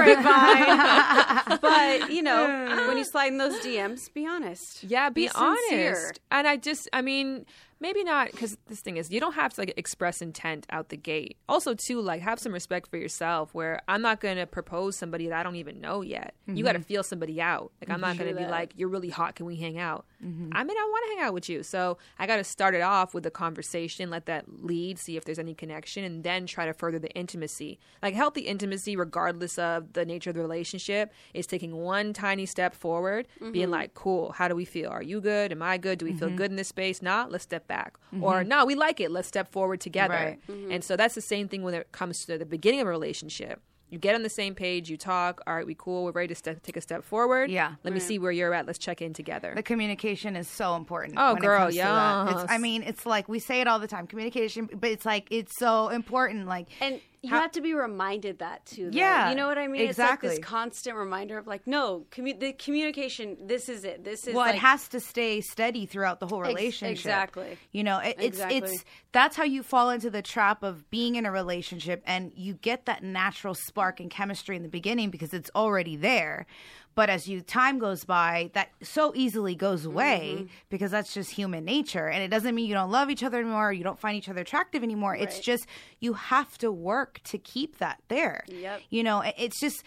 but you know when you slide in those dms be honest Yeah, be, sincere. honest. And I just, I mean, maybe not because this thing is you don't have to like express intent out the gate. Also, too, like have some respect for yourself. Where I'm not gonna propose somebody that I don't even know yet. You got to feel somebody out. Like I'm not gonna be like, you're really hot. Can we hang out? I mean, I want to hang out with you. So I got to start it off with a conversation, let that lead, see if there's any connection, and then try to further the intimacy. Like healthy intimacy, regardless of the nature of the relationship, is taking one tiny step forward, Mm-hmm. being like, cool, how do we feel? Are you good? Am I good? Do we feel good in this space? Not, let's step back. Or, no, we like it. Let's step forward together. Mm-hmm. Right. Mm-hmm. And so that's the same thing when it comes to the beginning of a relationship. You get on the same page, you talk, all right, we cool, we're ready to step, take a step forward. Yeah. Let me see where you're at. Let's check in together. The communication is so important. Oh, when girl, it comes To that. It's, I yes. mean, it's like we say it all the time, communication, but it's like it's so important. Like, and you have to be reminded that too. though. Yeah, you know what I mean. It's exactly. like this constant reminder of like, no, commu- the communication. This is it. This is well, like, it has to stay steady throughout the whole relationship. exactly. You know, it, it's Exactly. it's that's how you fall into the trap of being in a relationship and you get that natural spark and chemistry in the beginning because it's already there. But as you time goes by, that so easily goes away Mm-hmm. because that's just human nature. And it doesn't mean you don't love each other anymore, or you don't find each other attractive anymore. It's just you have to work to keep that there. Yep. You know, it- it's just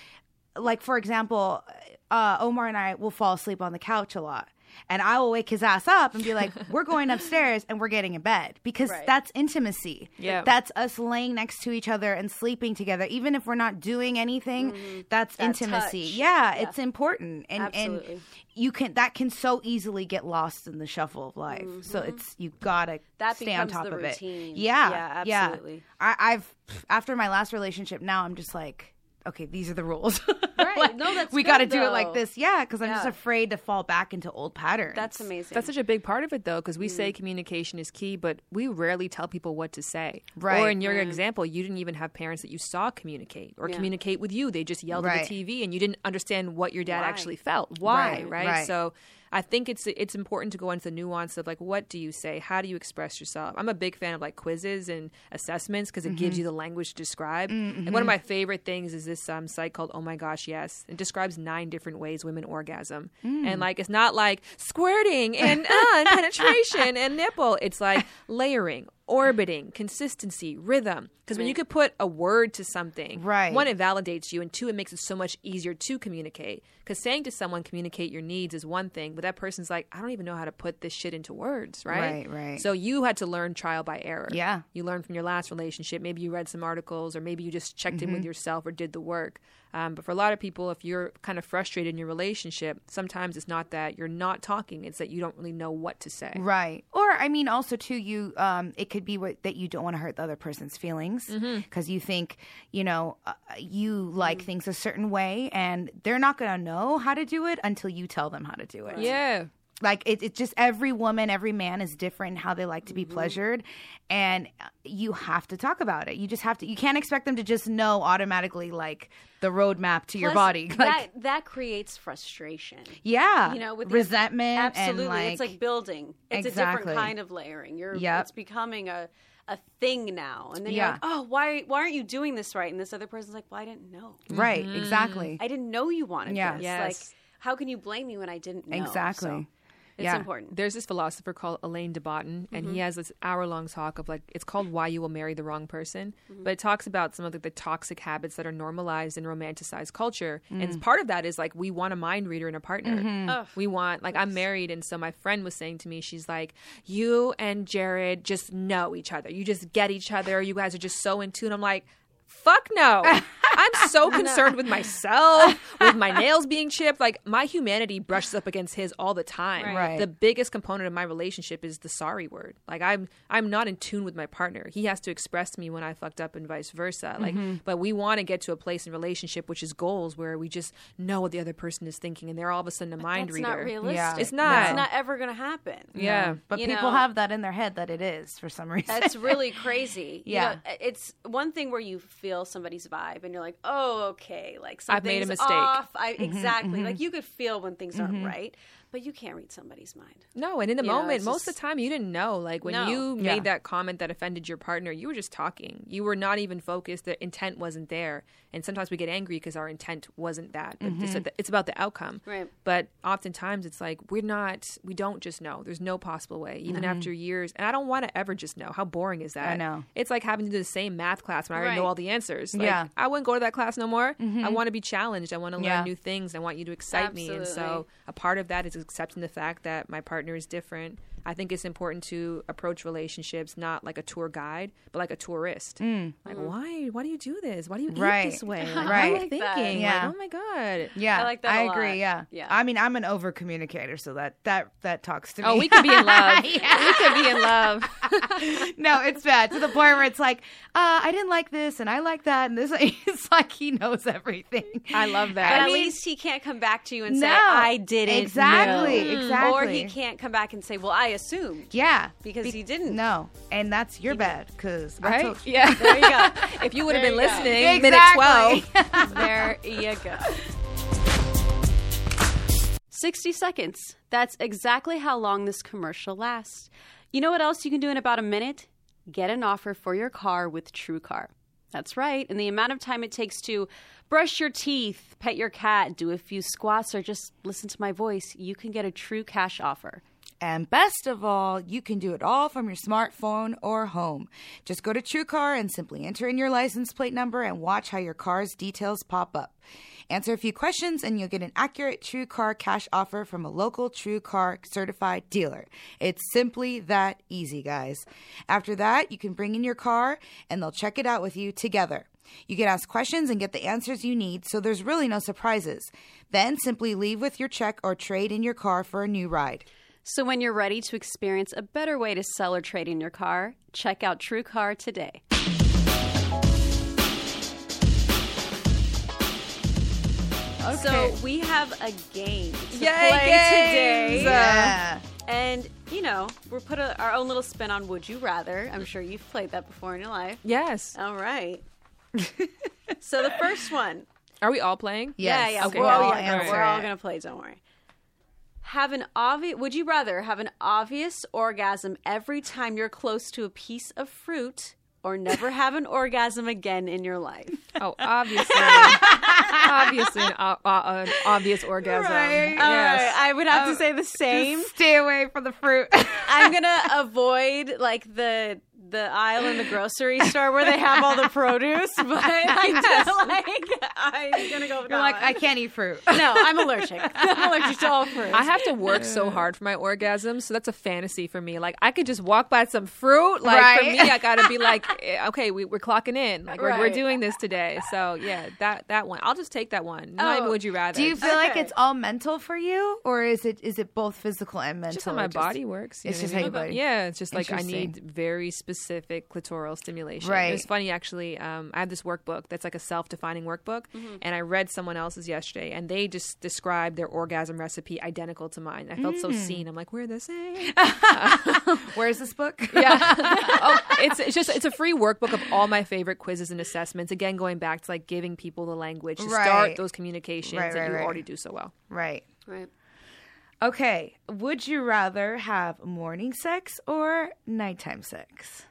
like for example, uh, Omar and I will fall asleep on the couch a lot. And I will wake his ass up and be like, "We're going upstairs and we're getting in bed because Right. that's intimacy. Yeah. that's us laying next to each other and sleeping together, even if we're not doing anything. That's intimacy. Mm-hmm. touch. Yeah, it's important, and and Absolutely. you can that can so easily get lost in the shuffle of life. So it's you gotta Mm-hmm. That stay on becomes top the of it. routine. Yeah, Yeah, absolutely. I, I've after my last relationship, now I'm just like, okay, these are the rules. Right. Like, No, that's we good, gotta do it though. like this. Yeah, because I'm just Yeah. afraid to fall back into old patterns. That's amazing. That's such a big part of it, though, because we say Mm. communication is key, but we rarely tell people what to say. Or Right. Mm. in your example, you didn't even have parents that you saw communicate or communicate with you. They just yelled Right. at the TV, and you didn't understand what your dad actually felt. Why? Right, Right, right. So I think it's it's important to go into the nuance of like, what do you say? How do you express yourself? I'm a big fan of like quizzes and assessments because it gives you the language to describe. And one of my favorite things is this um, site called Oh My Gosh Yes. It describes nine different ways women orgasm, and like it's not like squirting and, uh, and penetration and nipple. It's like layering. Orbiting, consistency, rhythm. Because when you could put a word to something, Right. one, it validates you, and two, it makes it so much easier to communicate. Because saying to someone, communicate your needs is one thing, but that person's like, I don't even know how to put this shit into words, right? Right, right. So you had to learn trial by error. Yeah. You learned from your last relationship. Maybe you read some articles, or maybe you just checked in Mm-hmm. with yourself or did the work. Um, but for a lot of people, if you're kind of frustrated in your relationship, sometimes it's not that you're not talking, it's that you don't really know what to say. Right. Or I mean, also too, you um, it could be what, that you don't want to hurt the other person's feelings because Mm-hmm. you think you know uh, you like things a certain way, and they're not going to know how to do it until you tell them how to do it. Yeah. Like it, it's just every woman, every man is different in how they like to Mm-hmm. be pleasured, and uh, you have to talk about it. You just have to. You can't expect them to just know automatically like the roadmap to your Plus, body. Like that that creates frustration. yeah, You know, with the- resentment. and, Absolutely, it's like building. It's a Exactly. different kind of layering. You're Yep. it's becoming a a thing now. And then Yeah. you're like, oh, why why aren't you doing this right? And this other person's like, well, I didn't know. right, mm-hmm. exactly. I didn't know you wanted Yeah. this. Yes. Like, how can you blame me when I didn't know? Exactly. So it's Yeah. important. There's this philosopher called Elaine de Botton, and Mm-hmm. he has this hour long talk of like, it's called Why You Will Marry the Wrong Person. Mm-hmm. But it talks about some of the, the toxic habits that are normalized in romanticized culture. Mm. And part of that is like, we want a mind reader and a partner. Mm-hmm. We want, like, I'm married. And so my friend was saying to me, she's like, You and Jared just know each other. You just get each other. You guys are just so in tune. I'm like, Fuck no. I'm so concerned with myself, with my nails being chipped. Like, my humanity brushes up against his all the time. Right. The biggest component of my relationship is the sorry word. Like I'm I'm not in tune with my partner. He has to express to me when I fucked up and vice versa. Like Mm-hmm. but we want to get to a place in relationship which is goals where we just know what the other person is thinking and they're all of a sudden a mind That's reader. not realistic. Yeah. It's not. It's not ever going to happen. Yeah. But You people know? have that in their head that it is for some reason. That's really crazy. You Yeah. know, it's one thing where you feel somebody's vibe and you're like, oh, okay, like something's I've made a mistake. off. I, exactly. Like you could feel when things aren't right, but you can't read somebody's mind. No, and in the know, moment, it's most of the just- time you didn't know. Like when No. you Yeah. made that comment that offended your partner, you were just talking. You were not even focused. The intent wasn't there. And sometimes we get angry because our intent wasn't that. But it's, it's about the outcome. Mm-hmm. Right. But oftentimes it's like we're not. We don't just know. There's no possible way, even Mm-hmm. after years. And I don't want to ever just know. How boring is that? I know. It's like having to do the same math class when I already know Right. Mm-hmm. all the answers. Like, Yeah. I wouldn't go to that class no more. I want to be challenged. I want to learn Yeah. new things. I want you to excite me. And so Absolutely. a part of that is accepting the fact that my partner is different. I think it's important to approach relationships not like a tour guide, but like a tourist. Mm. Like, why? Why do you do this? Why do you Right. eat this way? Right. Like, What are I you like thinking? that. Like, Yeah. oh my god. yeah, I like that I a agree. lot. Yeah, Yeah. I mean, I'm an over communicator, so that that that talks to me. Oh, we could be in love. We could be in love. no, it's bad to the point where it's like, uh, I didn't like this, and I like that, and this. It's like he knows everything. I love But that. at least he can't come back to you and say, No. I didn't. Exactly, know." exactly. Or he can't come back and say, well, I assumed. Yeah, Because he didn't. No, and that's your bad because I Right? told you. Yeah. There you go. If you would have been you go. listening, Exactly. minute 12. There you go. 60 seconds. That's exactly how long this commercial lasts. You know what else you can do in about a minute? Get an offer for your car with TrueCar. That's right. And the amount of time it takes to brush your teeth, pet your cat, do a few squats, or just listen to my voice, you can get a true cash offer. And best of all, you can do it all from your smartphone or home. Just go to TrueCar and simply enter in your license plate number and watch how your car's details pop up. Answer a few questions and you'll get an accurate TrueCar cash offer from a local TrueCar certified dealer. It's simply that easy, guys. After that, you can bring in your car and they'll check it out with you together. You can ask questions and get the answers you need, so there's really no surprises. Then simply leave with your check or trade in your car for a new ride. So when you're ready to experience a better way to sell or trade in your car, check out TrueCar today. So we have a game to Yay, play games! today, Yeah. and you know we're put a, our own little spin on "Would You Rather." I'm sure you've played that before in your life. Yes. All right. so the first one, Are we all playing? yeah, Yes. yeah, Okay. we're, all, We'll yeah, answer we're all it. gonna play. Don't worry. Have an obvious. Would you rather have an obvious orgasm every time you're close to a piece of fruit, or never have an orgasm again in your life? Oh, obviously. obviously, an, o- o- an obvious orgasm. All Yes. right, I would have to say the same. Oh, Stay away from the fruit. I'm gonna avoid like the the aisle in the grocery store where they have all the produce, but I just like I'm gonna go. With You're that like, one. I can't eat fruit. No, I'm allergic. I'm allergic to all fruit. I have to work so hard for my orgasm, so that's a fantasy for me. Like I could just walk by some fruit. Like for Right. me, I gotta be like, eh, okay, we, we're clocking in. Like we're, we're Right. doing this today. So yeah, that that one. I'll just take that one. Not even would you rather? Oh, Do you feel like Okay. it's all mental for you, or is it is it both physical and mental? just how my or body works. you it's know just what I how your mean? body- Yeah, it's just like I need Interesting. very specific clitoral stimulation. Right. It was funny actually. Um, I have this workbook that's like a self-defining workbook, Mm-hmm. and I read someone else's yesterday, and they just described their orgasm recipe identical to mine. I felt so Mm. seen. I'm like, we're the same. Where's this book? Yeah. oh, it's, it's just it's a free workbook of all my favorite quizzes and assessments. Again, going back to like giving people the language to Right. start those communications Right, that right, you right. already do so well. right. Right. Okay. Would you rather have morning sex or nighttime sex?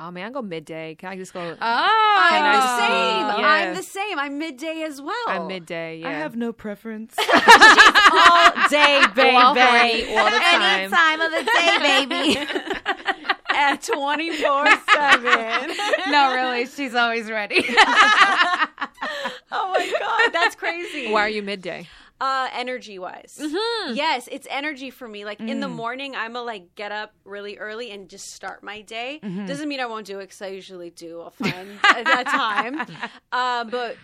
Oh man, I go midday. Can I just go? I'm I the just Oh, same. be- I'm yeah. the same. Oh, I'm midday as well. I'm midday. Yeah. I have no preference. all day, baby. all three, all the time. time of the day, baby. At 24 7. no, really, she's always ready. Oh my God. That's crazy. Why are you midday? Uh, energy wise. Mm-hmm. Yes, it's energy for me. Like Mm. in the morning, I'm a like get up really early and just start my day. Mm-hmm. Doesn't mean I won't do it because I usually do. I'll find at that time. Um, but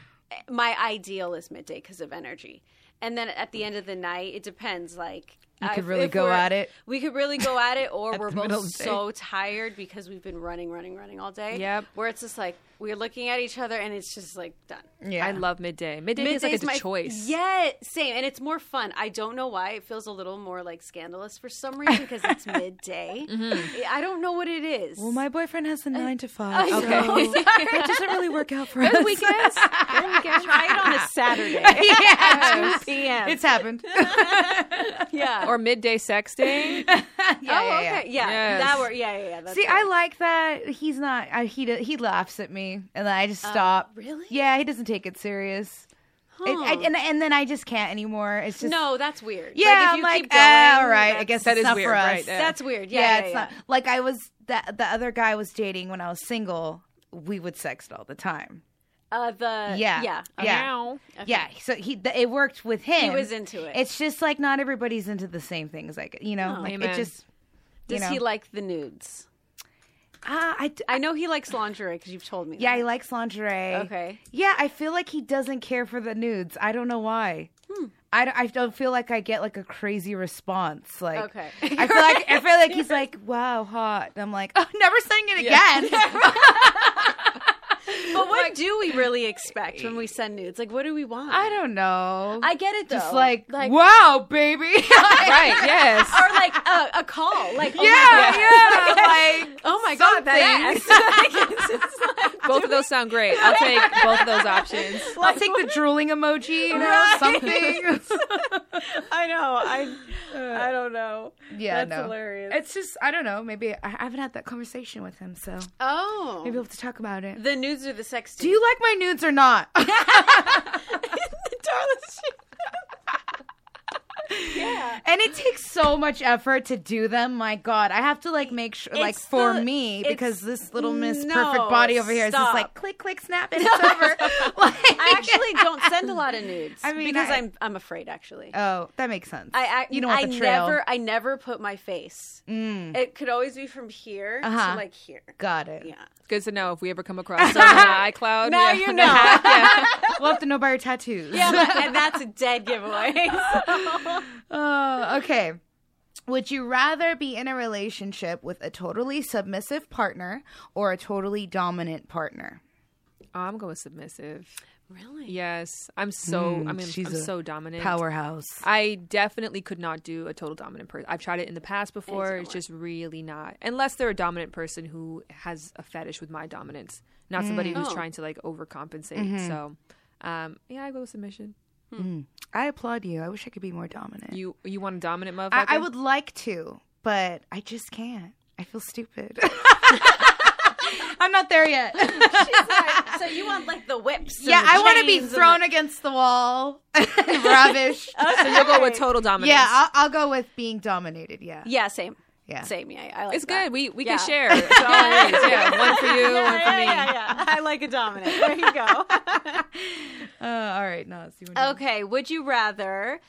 my ideal is midday because of energy. And then at the end of the night, it depends. Like, you could really go at it. We could really go at it, or we're middle both of the day. so tired because we've been running, running, running all day. Yep. Where it's just like we're looking at each other and it's just like done. yeah. I love midday. Midday is like Midday's it's a choice. Yeah, same, and it's more fun. I don't know why it feels a little more like scandalous for some reason because it's midday. Mm-hmm. I don't know what it is. Well, my boyfriend has the Uh, nine to Oh, five. so know. that doesn't really work out for us. Weekends. weekends. Try it on a Saturday at two p.m. It's happened. yeah. Or midday sexting. oh, yeah, yeah. okay. Yeah, Yes. that were. Yeah, yeah. yeah that's See, it. I like that he's not. I, he do- he laughs at me, and then I Uh, just stop. really? Yeah, he doesn't take it serious. It- I- and and then I just can't anymore. It's just no, that's weird. Yeah, like, if you I'm keep like, ah, going, all right. I that's- guess That it's is not weird, for us. right, yeah. that's weird. Yeah, yeah, yeah, it's yeah. not like I was that the other guy I was dating when I was single. We would sext all the time. Uh, the Yeah, yeah. oh, yeah, Now. yeah. So he th- it worked with him. was into it. Oh, It's just like not everybody's into the same things. Like you know, like Amen. it just. Does you know. he like the nudes? Ah, I, d- I know he likes lingerie because you've told me. yeah, that. he likes lingerie. Okay. Yeah, I feel like he doesn't care for the nudes. I don't know why. I, don't, I don't feel like I get like a crazy response. Like, Okay. I feel like I feel like he's like, "Wow, hot," and I'm like, "Oh, never saying it again." But what do we really expect when we send nudes? Like, what do we want? I don't know. I get it though. just like, like wow, baby. right? Yes. or like a, a call. Like, oh my yeah, God. yeah. Like Oh my god, that ass. Like, it's just like- both of those sound great. I'll take both of those options. I'll take the drooling emoji, you know, something. I know. I I don't know. yeah, That's no. hilarious. It's just I don't know. Maybe I I haven't had that conversation with him, so Oh. maybe we'll have to talk about it. the nudes are the sex Do you like my nudes or not? and it takes so much effort to do them. My God, I have to like make sure, like It's for the- me, it's- because this little Miss No, Perfect body over here is just stop. like click, click, snap, and it's over. Like, I actually don't send a lot of nudes I mean, because I- I, am I'm afraid actually. oh, that makes sense. I, I you don't want I the trail. Mm. never I never put my face. It could always be from here Uh-huh. to like here. Got it. Yeah. Good to know if we ever come across someone in iCloud. Now yeah. you know. We'll have to know by your tattoos. yeah, and that's a dead giveaway. Oh, okay. Would you rather be in a relationship with a totally submissive partner or a totally dominant partner? Oh, I'm going submissive. really? Yes, I'm so. I mean, Hmm, she's I'm a so dominant. Powerhouse. I definitely could not do a total dominant person. I've tried it in the past before. It's just really not. Unless they're a dominant person who has a fetish with my dominance, not somebody who's Oh. trying to like overcompensate. Mm-hmm. So, um, yeah, I go with submission. I applaud you. I wish I could be more dominant. You you want a dominant mother? I, I would like to, but I just can't. I feel stupid. I'm not there yet. so you want like the whips? and yeah, the I want to be chains and thrown the- against the wall, ravished. So you'll go with total dominance. Yeah, I'll, I'll go with being dominated. Yeah. Yeah, same. Yeah. Same. Yeah, I like It's that. good. We we Yeah. can share. It's all ways. Yeah, one for you, Yeah, one for yeah, me. yeah, yeah. I like a dominant. There you go. Uh, all right, no. See what Okay, would you rather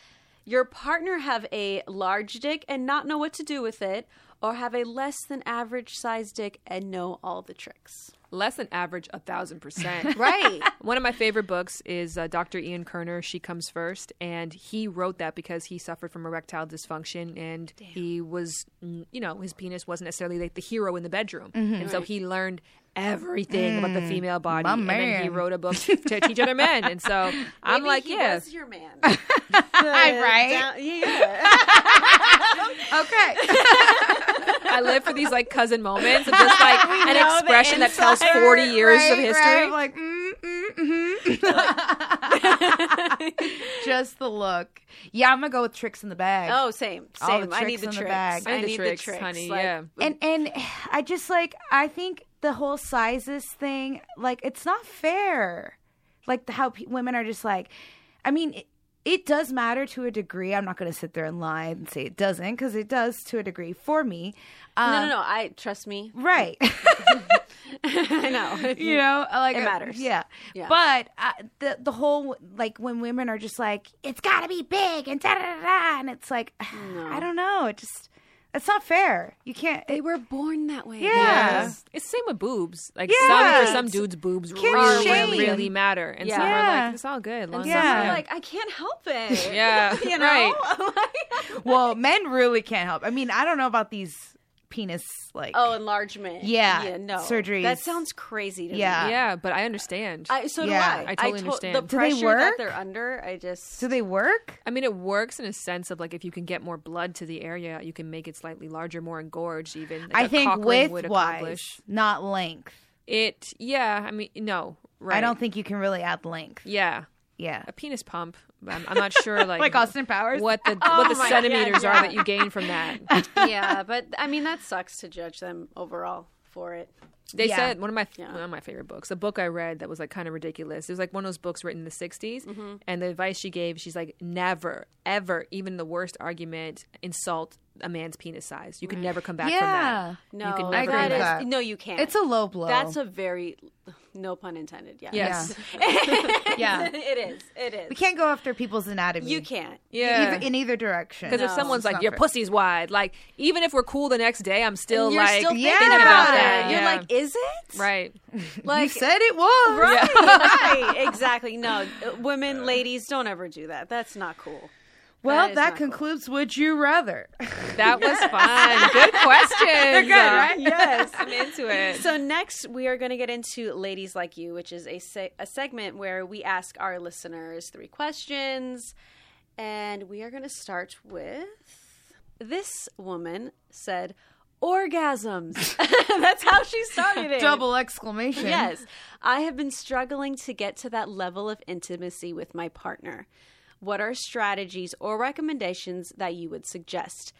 your partner have a large dick and not know what to do with it, or have a less than average size dick and know all the tricks? Less than average, a thousand percent. Right. One of my favorite books is uh, Dr. Ian Kerner, She Comes First, and he wrote that because he suffered from erectile dysfunction and he was, mm, you know, his penis wasn't necessarily like the hero in the bedroom. And so he learned everything about the female body. My and then he man. wrote a book to teach other men. And so I'm Maybe like, he yeah. was your man. The Right? down- yeah. Okay. I live for these like cousin moments of just like an expression that tells 40 years of Right, history. right, Like, mm, mm, mhm. just the look. Yeah, I'm gonna go with tricks in the bag. Oh, same, same. All the I need tricks the in the tricks. bag. I, And the need tricks, the tricks, honey. like- yeah. and and I just like I think the whole sizes thing, like, it's not fair. Like the- how pe- women are just like, I mean. It, it does matter to a degree. I'm not going to sit there and lie and say it doesn't, because it does to a degree for me. Um, Uh. No, no, no. I trust me. Right. I know. you know like It uh, matters. yeah, Yeah. but uh, the the whole like when women are just like it's got to be big and da da da da and it's like i don't know it just it's not fair you can't They it, were born that way. yeah It's the same with boobs. Like some Yeah. for some dudes, boobs Can't really, shame. really matter, and some are Yeah. like it's all good. Long some are yeah, I'm like, I can't help it. yeah, You know? right. well men really can't help i mean i don't know about these penis like Oh, enlargement. Yeah, Yeah, no. surgeries. That sounds crazy to me. Yeah. Yeah, but I understand. I, I, so Yeah. do I. I totally to- understand. The Do they pressure that work? they're under, I just. do they work mean, it works in a sense of like if you can get more blood to the area, you can make it slightly larger, more engorged, even. Like i a think cock ring width would wise accomplish not length it. Yeah, I mean, no, right? i don't think you can really add length Yeah, yeah a penis pump. I'm, I'm not sure, like Like Austin Powers? Oh what the what the centimeters are that you gain from that. yeah, but I mean, that sucks to judge them overall for it. They Yeah. said one of my Yeah. one of my favorite books, a book I read that was like kind of ridiculous. It was like one of those books written in the 60s Mm-hmm. and the advice she gave, she's like, never, ever, even the worst argument, insult a man's penis size. You can never come back yeah from that. No, you that can never agree come with back. that. is- no, you can't. it's a low blow That's a very, no pun intended. Yeah. Yes, yeah it is. It is. we can't go after people's anatomy You can't. yeah. Either, in either direction because if someone's it's like not your fair. pussy's wide, like even if we're cool the next day, I'm still You're like still thinking yeah. about, that, it. You're yeah. like, is it? right, Like, you said it was right, right, exactly. No, uh, women, ladies, don't ever do that. That's not cool. Well, is that, not cool. concludes Would You Rather. That was fun. Good question. They're good, right? Yes, I'm into it. So next, we are going to get into "Ladies Like You," which is a se- a segment where we ask our listeners three questions, and we are going to start with this woman said orgasms. That's how she started it. Double exclamation. Yes, I have been struggling to get to that level of intimacy with my partner. What are strategies or recommendations that you would suggest?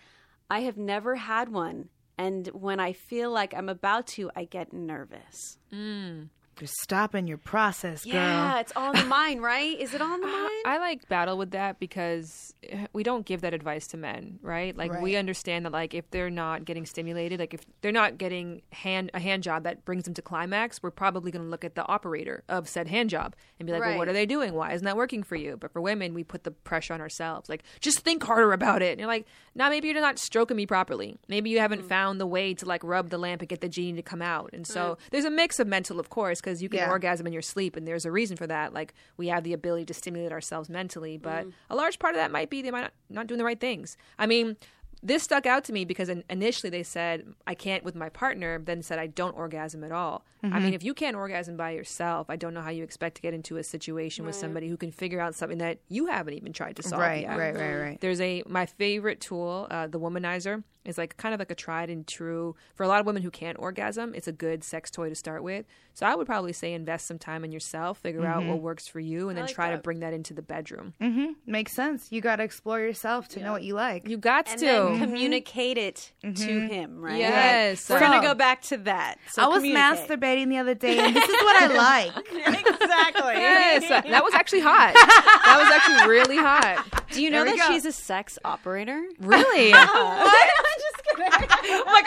I have never had one, and when I feel like I'm about to, I get nervous. You're stopping your process, girl. Yeah, it's all in the mind, right? Is it all in the mind? I like battle with that because eh, we don't give that advice to men, right? Like we understand that like if they're not getting stimulated, like if they're not getting hand a hand job that brings them to climax, we're probably going to look at the operator of said hand job and be like, "Well, what Right. are they doing? Why isn't that working for you?" But for women, we put the pressure on ourselves. Like, "Just think harder about it." And you're like, "Nah, maybe you're not stroking me properly. Maybe you haven't found the way to like rub the lamp and get the genie to come out." And so there's a mix of mental, of course, cuz you can Yeah. orgasm orgasm in your sleep and there's a reason for that like we have the ability to stimulate ourselves mentally but a large part of that might be they might not, not doing the right things i mean this stuck out to me because in, initially they said i can't with my partner then said i don't orgasm at all i Mm-hmm. mean if you can't orgasm by yourself i don't know how you expect to get into a situation with somebody who can figure out something that you haven't even tried to solve Right, yet right, right, right. there's a my favorite tool uh, the womanizer is like kind of like a tried and true for a lot of women who can't orgasm it's a good sex toy to start with so i would probably say invest some time in yourself figure Mm-hmm. out what works for you and then try to bring that into the bedroom Makes sense. You got to explore yourself to know what you like. you got and to Mm-hmm. then communicate it to him, right? Yes. We're going to So- go back to that. So I was communicate. masturbating the other day, and this is what I like. exactly. yes that was actually hot that was actually really hot Do you know that she's a sex operator? really what like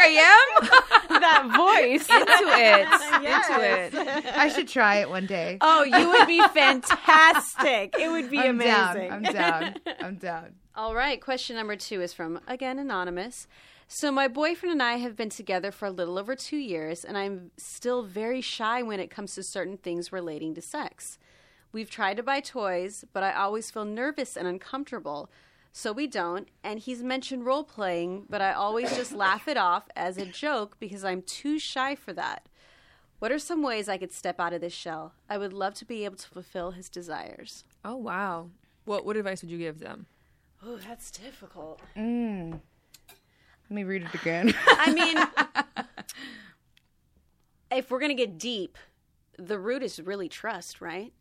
i that voice. am into it into it I should try it one day. Oh, you would be fantastic. It would be I'm amazing. down. I'm down. I'm down. All right, question number two is from, again, Anonymous. So, my boyfriend and I have been together for a little over two years, and I'm still very shy when it comes to certain things relating to sex. We've tried to buy toys, but I always feel nervous and uncomfortable, so we don't. And he's mentioned role playing, but I always just laugh it off as a joke because I'm too shy for that. What are some ways I could step out of this shell? I would love to be able to fulfill his desires. oh wow what what advice would you give them Oh, that's difficult. Let me read it again. I mean, if we're gonna get deep, the root is really trust, right?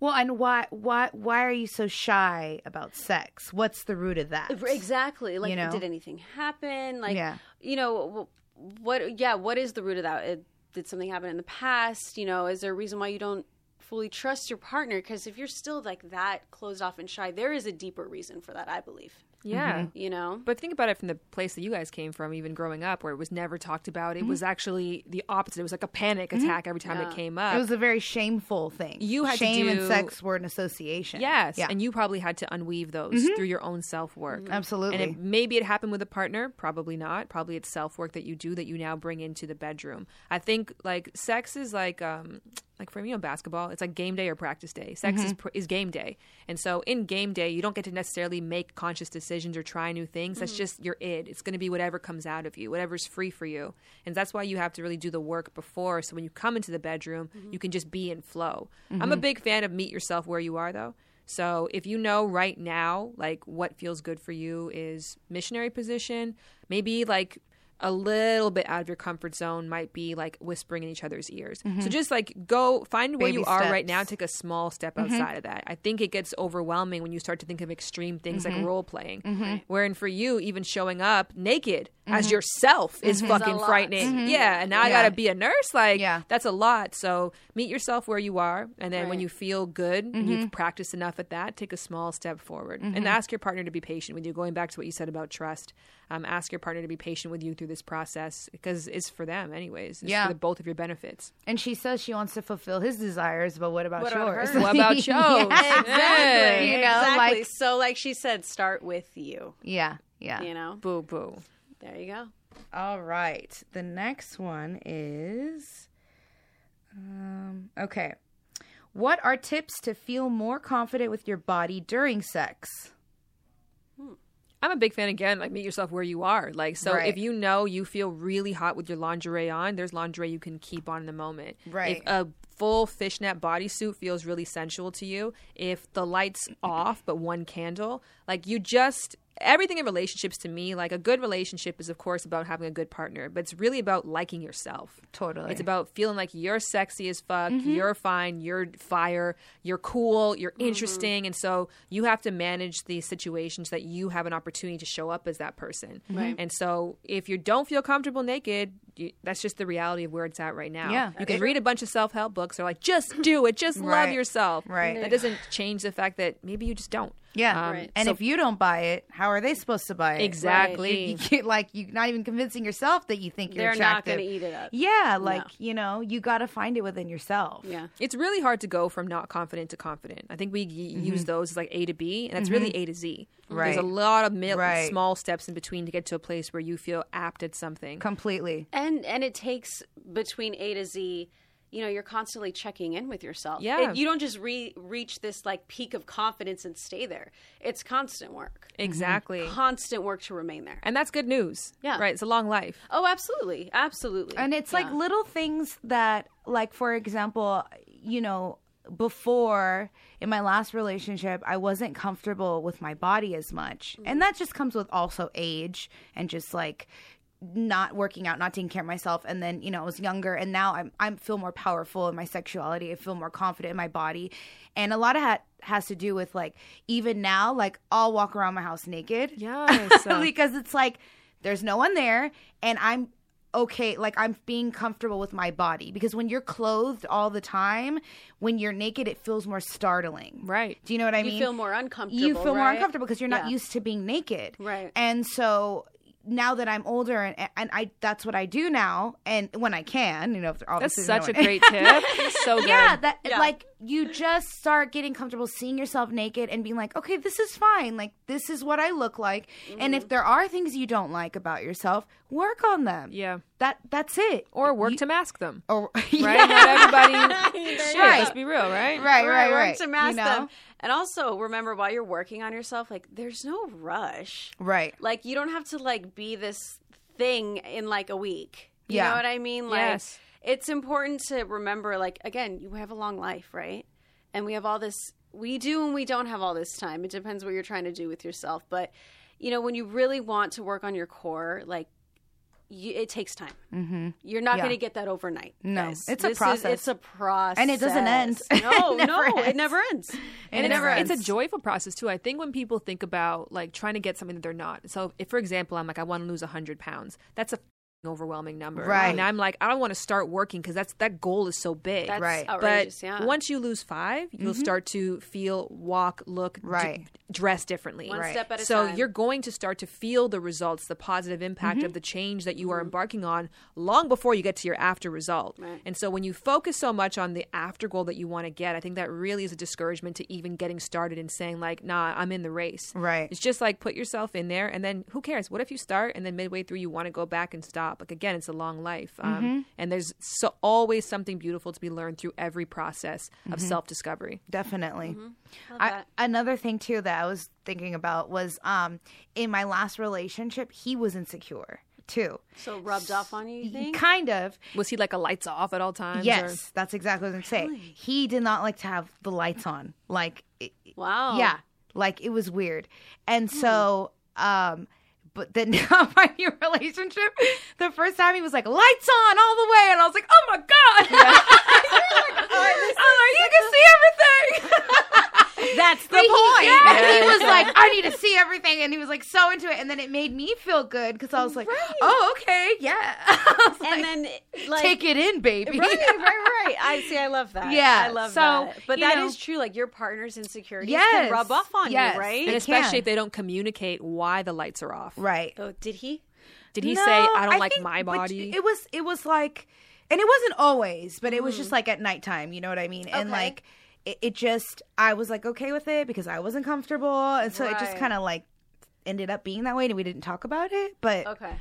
well, and why, why, why are you so shy about sex? What's the root of that? Exactly. Like, You know? did anything happen? Like, Yeah. you know, wh- what? Yeah, what is the root of that? It, did something happen in the past? You know, is there a reason why you don't fully trust your partner? Because if you're still like that, closed off and shy, there is a deeper reason for that, I believe. yeah You know, Mm-hmm. But think about it from the place that you guys came from, even growing up, where it was never talked about. It was actually the opposite. It was like a panic attack every time it came up. It was a very shameful thing. You had to shame do- and sex were an association. yes, Yeah. and you probably had to unweave those through your own self work. Absolutely. And it, maybe it happened with a partner, probably not. Probably it's self work that you do that you now bring into the bedroom. I think like sex is like um like for me on basketball, it's like game day or practice day. Sex is pr- is game day, and so in game day, you don't get to necessarily make conscious decisions or try new things. That's just your id. It's going to be whatever comes out of you, whatever's free for you, and that's why you have to really do the work before. So when you come into the bedroom, you can just be in flow. I'm a big fan of meet yourself where you are, though. So if you know right now, like what feels good for you is missionary position, maybe like a little bit out of your comfort zone might be like whispering in each other's ears. So just like go find where Mm-hmm. Baby you are right now, steps. Mm-hmm. take a small step outside of that. I think it gets overwhelming when you start to think of extreme things Mm-hmm. like role playing, wherein for you, even showing up naked Mm-hmm. as yourself is fucking lot. frightening. Mm-hmm. Yeah, and now I gotta be a nurse. Like, Yeah. that's a lot. So meet yourself where you are, and then when you feel good and you've practiced enough at that, take a small step forward and ask your partner to be patient with you. Going back to what you said about trust, um, ask your partner to be patient with you through this process because it's for them, anyways. It's Yeah. for the, both of your benefits. And she says she wants to fulfill his desires, but what about yours? What about yours? yeah. Hey. You know, exactly. like- so, like she said, start with you. yeah, yeah. You know, Boo boo. there you go. All right. The next one is um okay. What are tips to feel more confident with your body during sex? I'm a big fan again, like meet yourself where you are. Like so Right. if you know you feel really hot with your lingerie on, there's lingerie you can keep on in the moment. Right. If a full fishnet bodysuit feels really sensual to you, if the lights off but one candle, like you just everything in relationships to me, like a good relationship is of course about having a good partner, but it's really about liking yourself. Totally. Mm-hmm. It's about feeling like you're sexy as fuck, you're fine, you're fire, you're cool, you're interesting. And so you have to manage the situations that you have an opportunity to show up as that person. Right. And so if you don't feel comfortable naked, you, that's just the reality of where it's at right now. Yeah. You can read a bunch of self help books. They're like, just do it, just love Right. yourself. Right. That doesn't change the fact that maybe you just don't. Yeah. Um, Right. And so- if you don't buy it, how are they supposed to buy it? Exactly. You can't- like you're not even convincing yourself that you think you're They're not attractive. going to eat it up. Yeah, like you know, you got to find it within yourself. Yeah. It's really hard to go from not confident to confident. I think we y- use those as like A to B, and that's really A to Z. There's Right. a lot of mil- Right. small steps in between to get to a place where you feel apt at something. completely. And and it takes between A to Z, you know, you're constantly checking in with yourself. Yeah. It- you don't just re- reach this like peak of confidence and stay there. It's constant work. exactly. Constant work to remain there. And that's good news. Mm-hmm. Yeah. Right? It's a long life. Oh, absolutely. Absolutely. And it's like little things that, like, for example, you know, before in my last relationship, I wasn't comfortable with my body as much. And that just comes with also age and just like not working out, not taking care of myself. And then, you know, I was younger and now I'm, I feel more powerful in my sexuality. I feel more confident in my body. And a lot of that has to do with like, even now, like, I'll walk around my house naked. Yes. uh, because it's like there's no one there and I'm okay like I'm being comfortable with my body because when you're clothed all the time when you're naked it feels more startling. right. Do you know what I you mean? feel more uncomfortable. you feel more right? uncomfortable because you're not Yeah. used to being naked. Right. And so now that I'm older and and I that's what I do now and when I can, you know, if That's obviously there's no such a one- great tip. so good. yeah, that like you just start getting comfortable seeing yourself naked and being like, okay, this is fine. Like this is what I look like. And if there are things you don't like about yourself, work on them. Yeah. That that's it. Or work to mask them. Or right, Right? Not everybody. shit. Let's be real, right? right, Right, right, work right. to mask you know? them. And also remember while you're working on yourself, like there's no rush. Right. Like you don't have to like be this thing in like a week. You Yeah. know what I mean? Like Yes. it's important to remember like again, you have a long life, right? And we have all this we do and we don't have all this time. It depends what you're trying to do with yourself, but you know, when you really want to work on your core, like you, it takes time. Mm-hmm. You're not Yeah. going to get that overnight. No, guys. it's a This is- process. it's a process, And it doesn't end. No, It no, never it ends. never ends. It and never it's, it's a ends. joyful process too. I think when people think about like trying to get something that they're not. So if, for example, I'm like, I want to lose hundred pounds. That's a f***ing overwhelming number, Right. And I'm like, I don't want to start working because that's that goal is so big, That's Right. Mm-hmm. outrageous. but yeah. once you lose five, you'll start to feel, walk, look, d- Right. dress differently. One Right. step at a so time. you're going to start to feel the results, the positive impact Mm-hmm. of the change that you are embarking on long before you get to your after result. Right. And so when you focus so much on the after goal that you want to get, I think that really is a discouragement to even getting started and saying like, nah, I'm in the race. Right. It's just like put yourself in there and then who cares? What if you start and then midway through you want to go back and stop? Like again, it's a long life. Um, Mm-hmm. And there's so always something beautiful to be learned through every process of Mm-hmm. self discovery. definitely. I, another thing too that I was thinking about was um in my last relationship, he was insecure too. so rubbed off on you, you think? Kind of. Was he like a lights off at all times? or- Yes, that's exactly what I'm saying. He did not like to have the lights on. Like, it, Wow. yeah, like it was weird. And so, um, but then now my new relationship, the first time he was like, lights on all the way. And I was like, oh my God. I'm like, you can "Oh, see everything. That's the point. And he was like, I need to see everything. And he was like, so into it. And then it made me feel good because I was like, oh, okay, yeah. I was And like, then like take it in, baby. Right, right, right. I see. I love that. Yeah, I love so, that. But you that is know- true. Like your partner's insecurities can Yes, rub off on yes. you, right? And They especially can. if they don't communicate why the lights are off. Right. oh, did he? Did he No, say, I don't like think- my but body? It was it was like, and it wasn't always, but it was just like at nighttime. You know what I mean? And Okay. like, it, it just I was like okay with it because I wasn't comfortable, and so it just Right. kind of like ended up being that way, and we didn't talk about it. But Okay.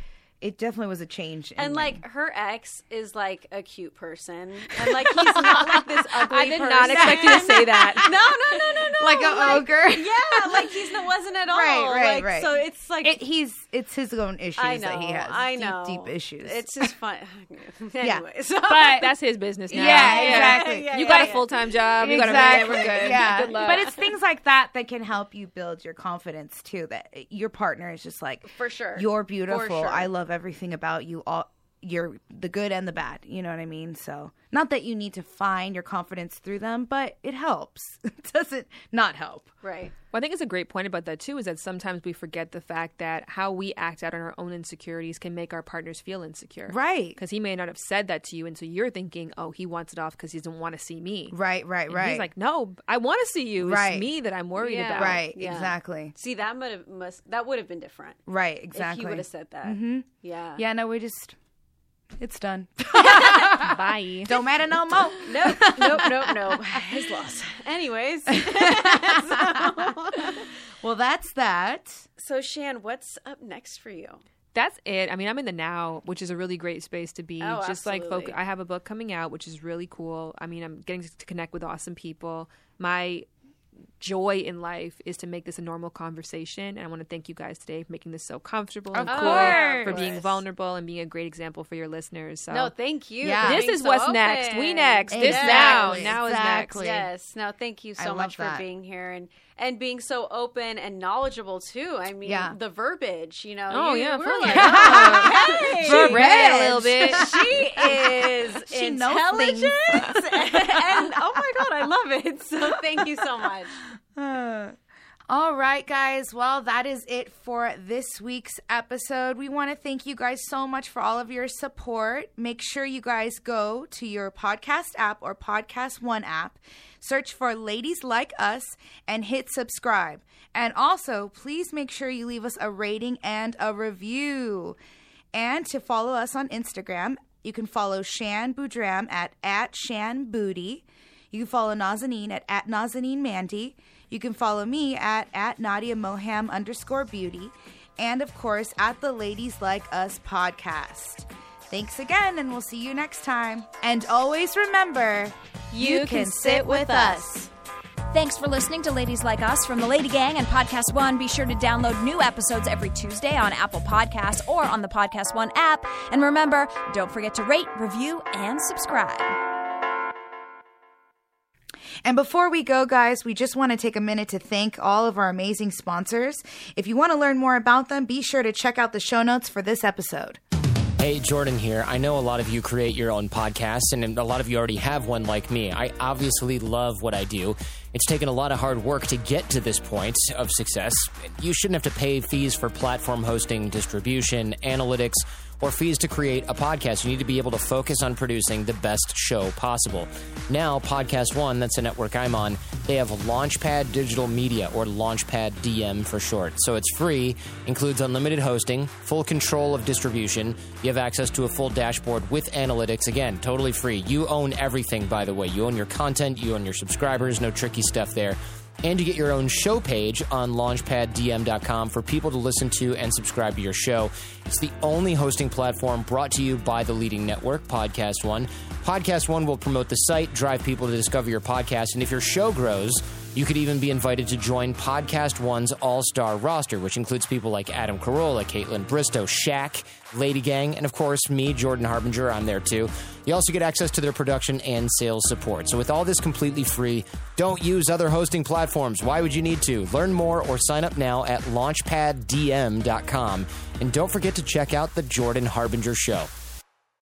it definitely was a change. in And my- like her ex is like a cute person, and like he's not like this ugly. I did not person. expect you to say that. No, no, no, no, no. like an ogre. Yeah, like he's not. Well, wasn't at all. Right, right, like, right. So it's like It, he's it's his own issues I know that he has. I Deep, know deep, issues. It's just fun. Anyways, But that's his business now. yeah, exactly. yeah, You yeah, got a yeah. full time job. You exactly. got a man. We're good. Yeah. Good luck. But it's things like that that can help you build your confidence too. That your partner is just like, For sure. you're beautiful. sure. I love everything about you. All you're the good and the bad. You know what I mean? So not that you need to find your confidence through them, but it helps. It doesn't not help. right. Well, I think it's a great point about that too. Is that sometimes we forget the fact that how we act out on our own insecurities can make our partners feel insecure, Right. Because he may not have said that to you, and so you're thinking, "Oh, he wants it off because he doesn't want to see me." Right. Right. And Right. He's like, "No, I want to see you. It's Right. me that I'm worried Yeah. about." right. Yeah. Exactly. See, that would have must that would have been different Right. if he Exactly. Mm-hmm. would have said that. Yeah. yeah. No, we just. It's done. Bye. Don't matter no more. Nope. nope. Nope. Nope. His loss. Anyways. so, Well, that's that. so Shan, what's up next for you? that's it. I mean, I'm in the now, which is a really great space to be. Oh, just like absolutely. focus. I have a book coming out, which is really cool. I mean, I'm getting to connect with awesome people. My joy in life is to make this a normal conversation, and I want to thank you guys today for making this so comfortable, of and cool, course. for being Yes. vulnerable and being a great example for your listeners. So No, thank you. for Yeah. this being is so what's next. We open. next. This now. Exactly. Now Exactly. is next. Yes. No, thank you I so love much that. for being here and and being so open and knowledgeable too. I mean, Yeah. the verbiage, you know. Oh you- yeah, we're for like, like, oh, hey, she read it a little bit. she is She knows intelligent, things. and oh my god, I love it. So thank you so much. All right, guys. Well, that is it for this week's episode. We want to thank you guys so much for all of your support. Make sure you guys go to your podcast app or Podcast One app, search for Ladies Like Us, and hit subscribe. And also, please make sure you leave us a rating and a review. And to follow us on Instagram, you can follow Shan Boudram at, at Shan Booty. You can follow Nazanin at, at Nazanin Mandy. You can follow me at, at Nadia Moham underscore beauty. And of course, at the Ladies Like Us podcast. Thanks again, and we'll see you next time. And always remember you, can sit with us. Thanks for listening to Ladies Like Us from the Lady Gang and Podcast One. Be sure to download new episodes every Tuesday on Apple Podcasts or on the Podcast One app. And remember, don't forget to rate, review, and subscribe. And before we go, guys, we just want to take a minute to thank all of our amazing sponsors. If you want to learn more about them, be sure to check out the show notes for this episode. Hey, Jordan here. I know a lot of you create your own podcasts, and a lot of you already have one like me. I obviously love what I do. It's taken a lot of hard work to get to this point of success. You shouldn't have to pay fees for platform hosting, distribution, analytics, or fees to create a podcast. You need to be able to focus on producing the best show possible. Now, Podcast One, that's a network I'm on, they have Launchpad Digital Media, or Launchpad DM for short. So it's free, includes unlimited hosting, full control of distribution. You have access to a full dashboard with analytics. Again, totally free. You own everything, by the way. You own your content, you own your subscribers, no tricky stuff there. And you get your own show page on launchpaddm.com for people to listen to and subscribe to your show. It's the only hosting platform brought to you by the leading network, Podcast One. Podcast One will promote the site, drive people to discover your podcast, and if your show grows, you could even be invited to join Podcast One's all star roster, which includes people like Adam Carolla, Caitlin Bristow, Shaq, Lady Gang, and of course me, Jordan Harbinger. I'm there too. You also get access to their production and sales support. So with all this completely free, don't use other hosting platforms. Why would you need to? Learn more or sign up now at launchpaddm.com. And don't forget to check out The Jordan Harbinger Show.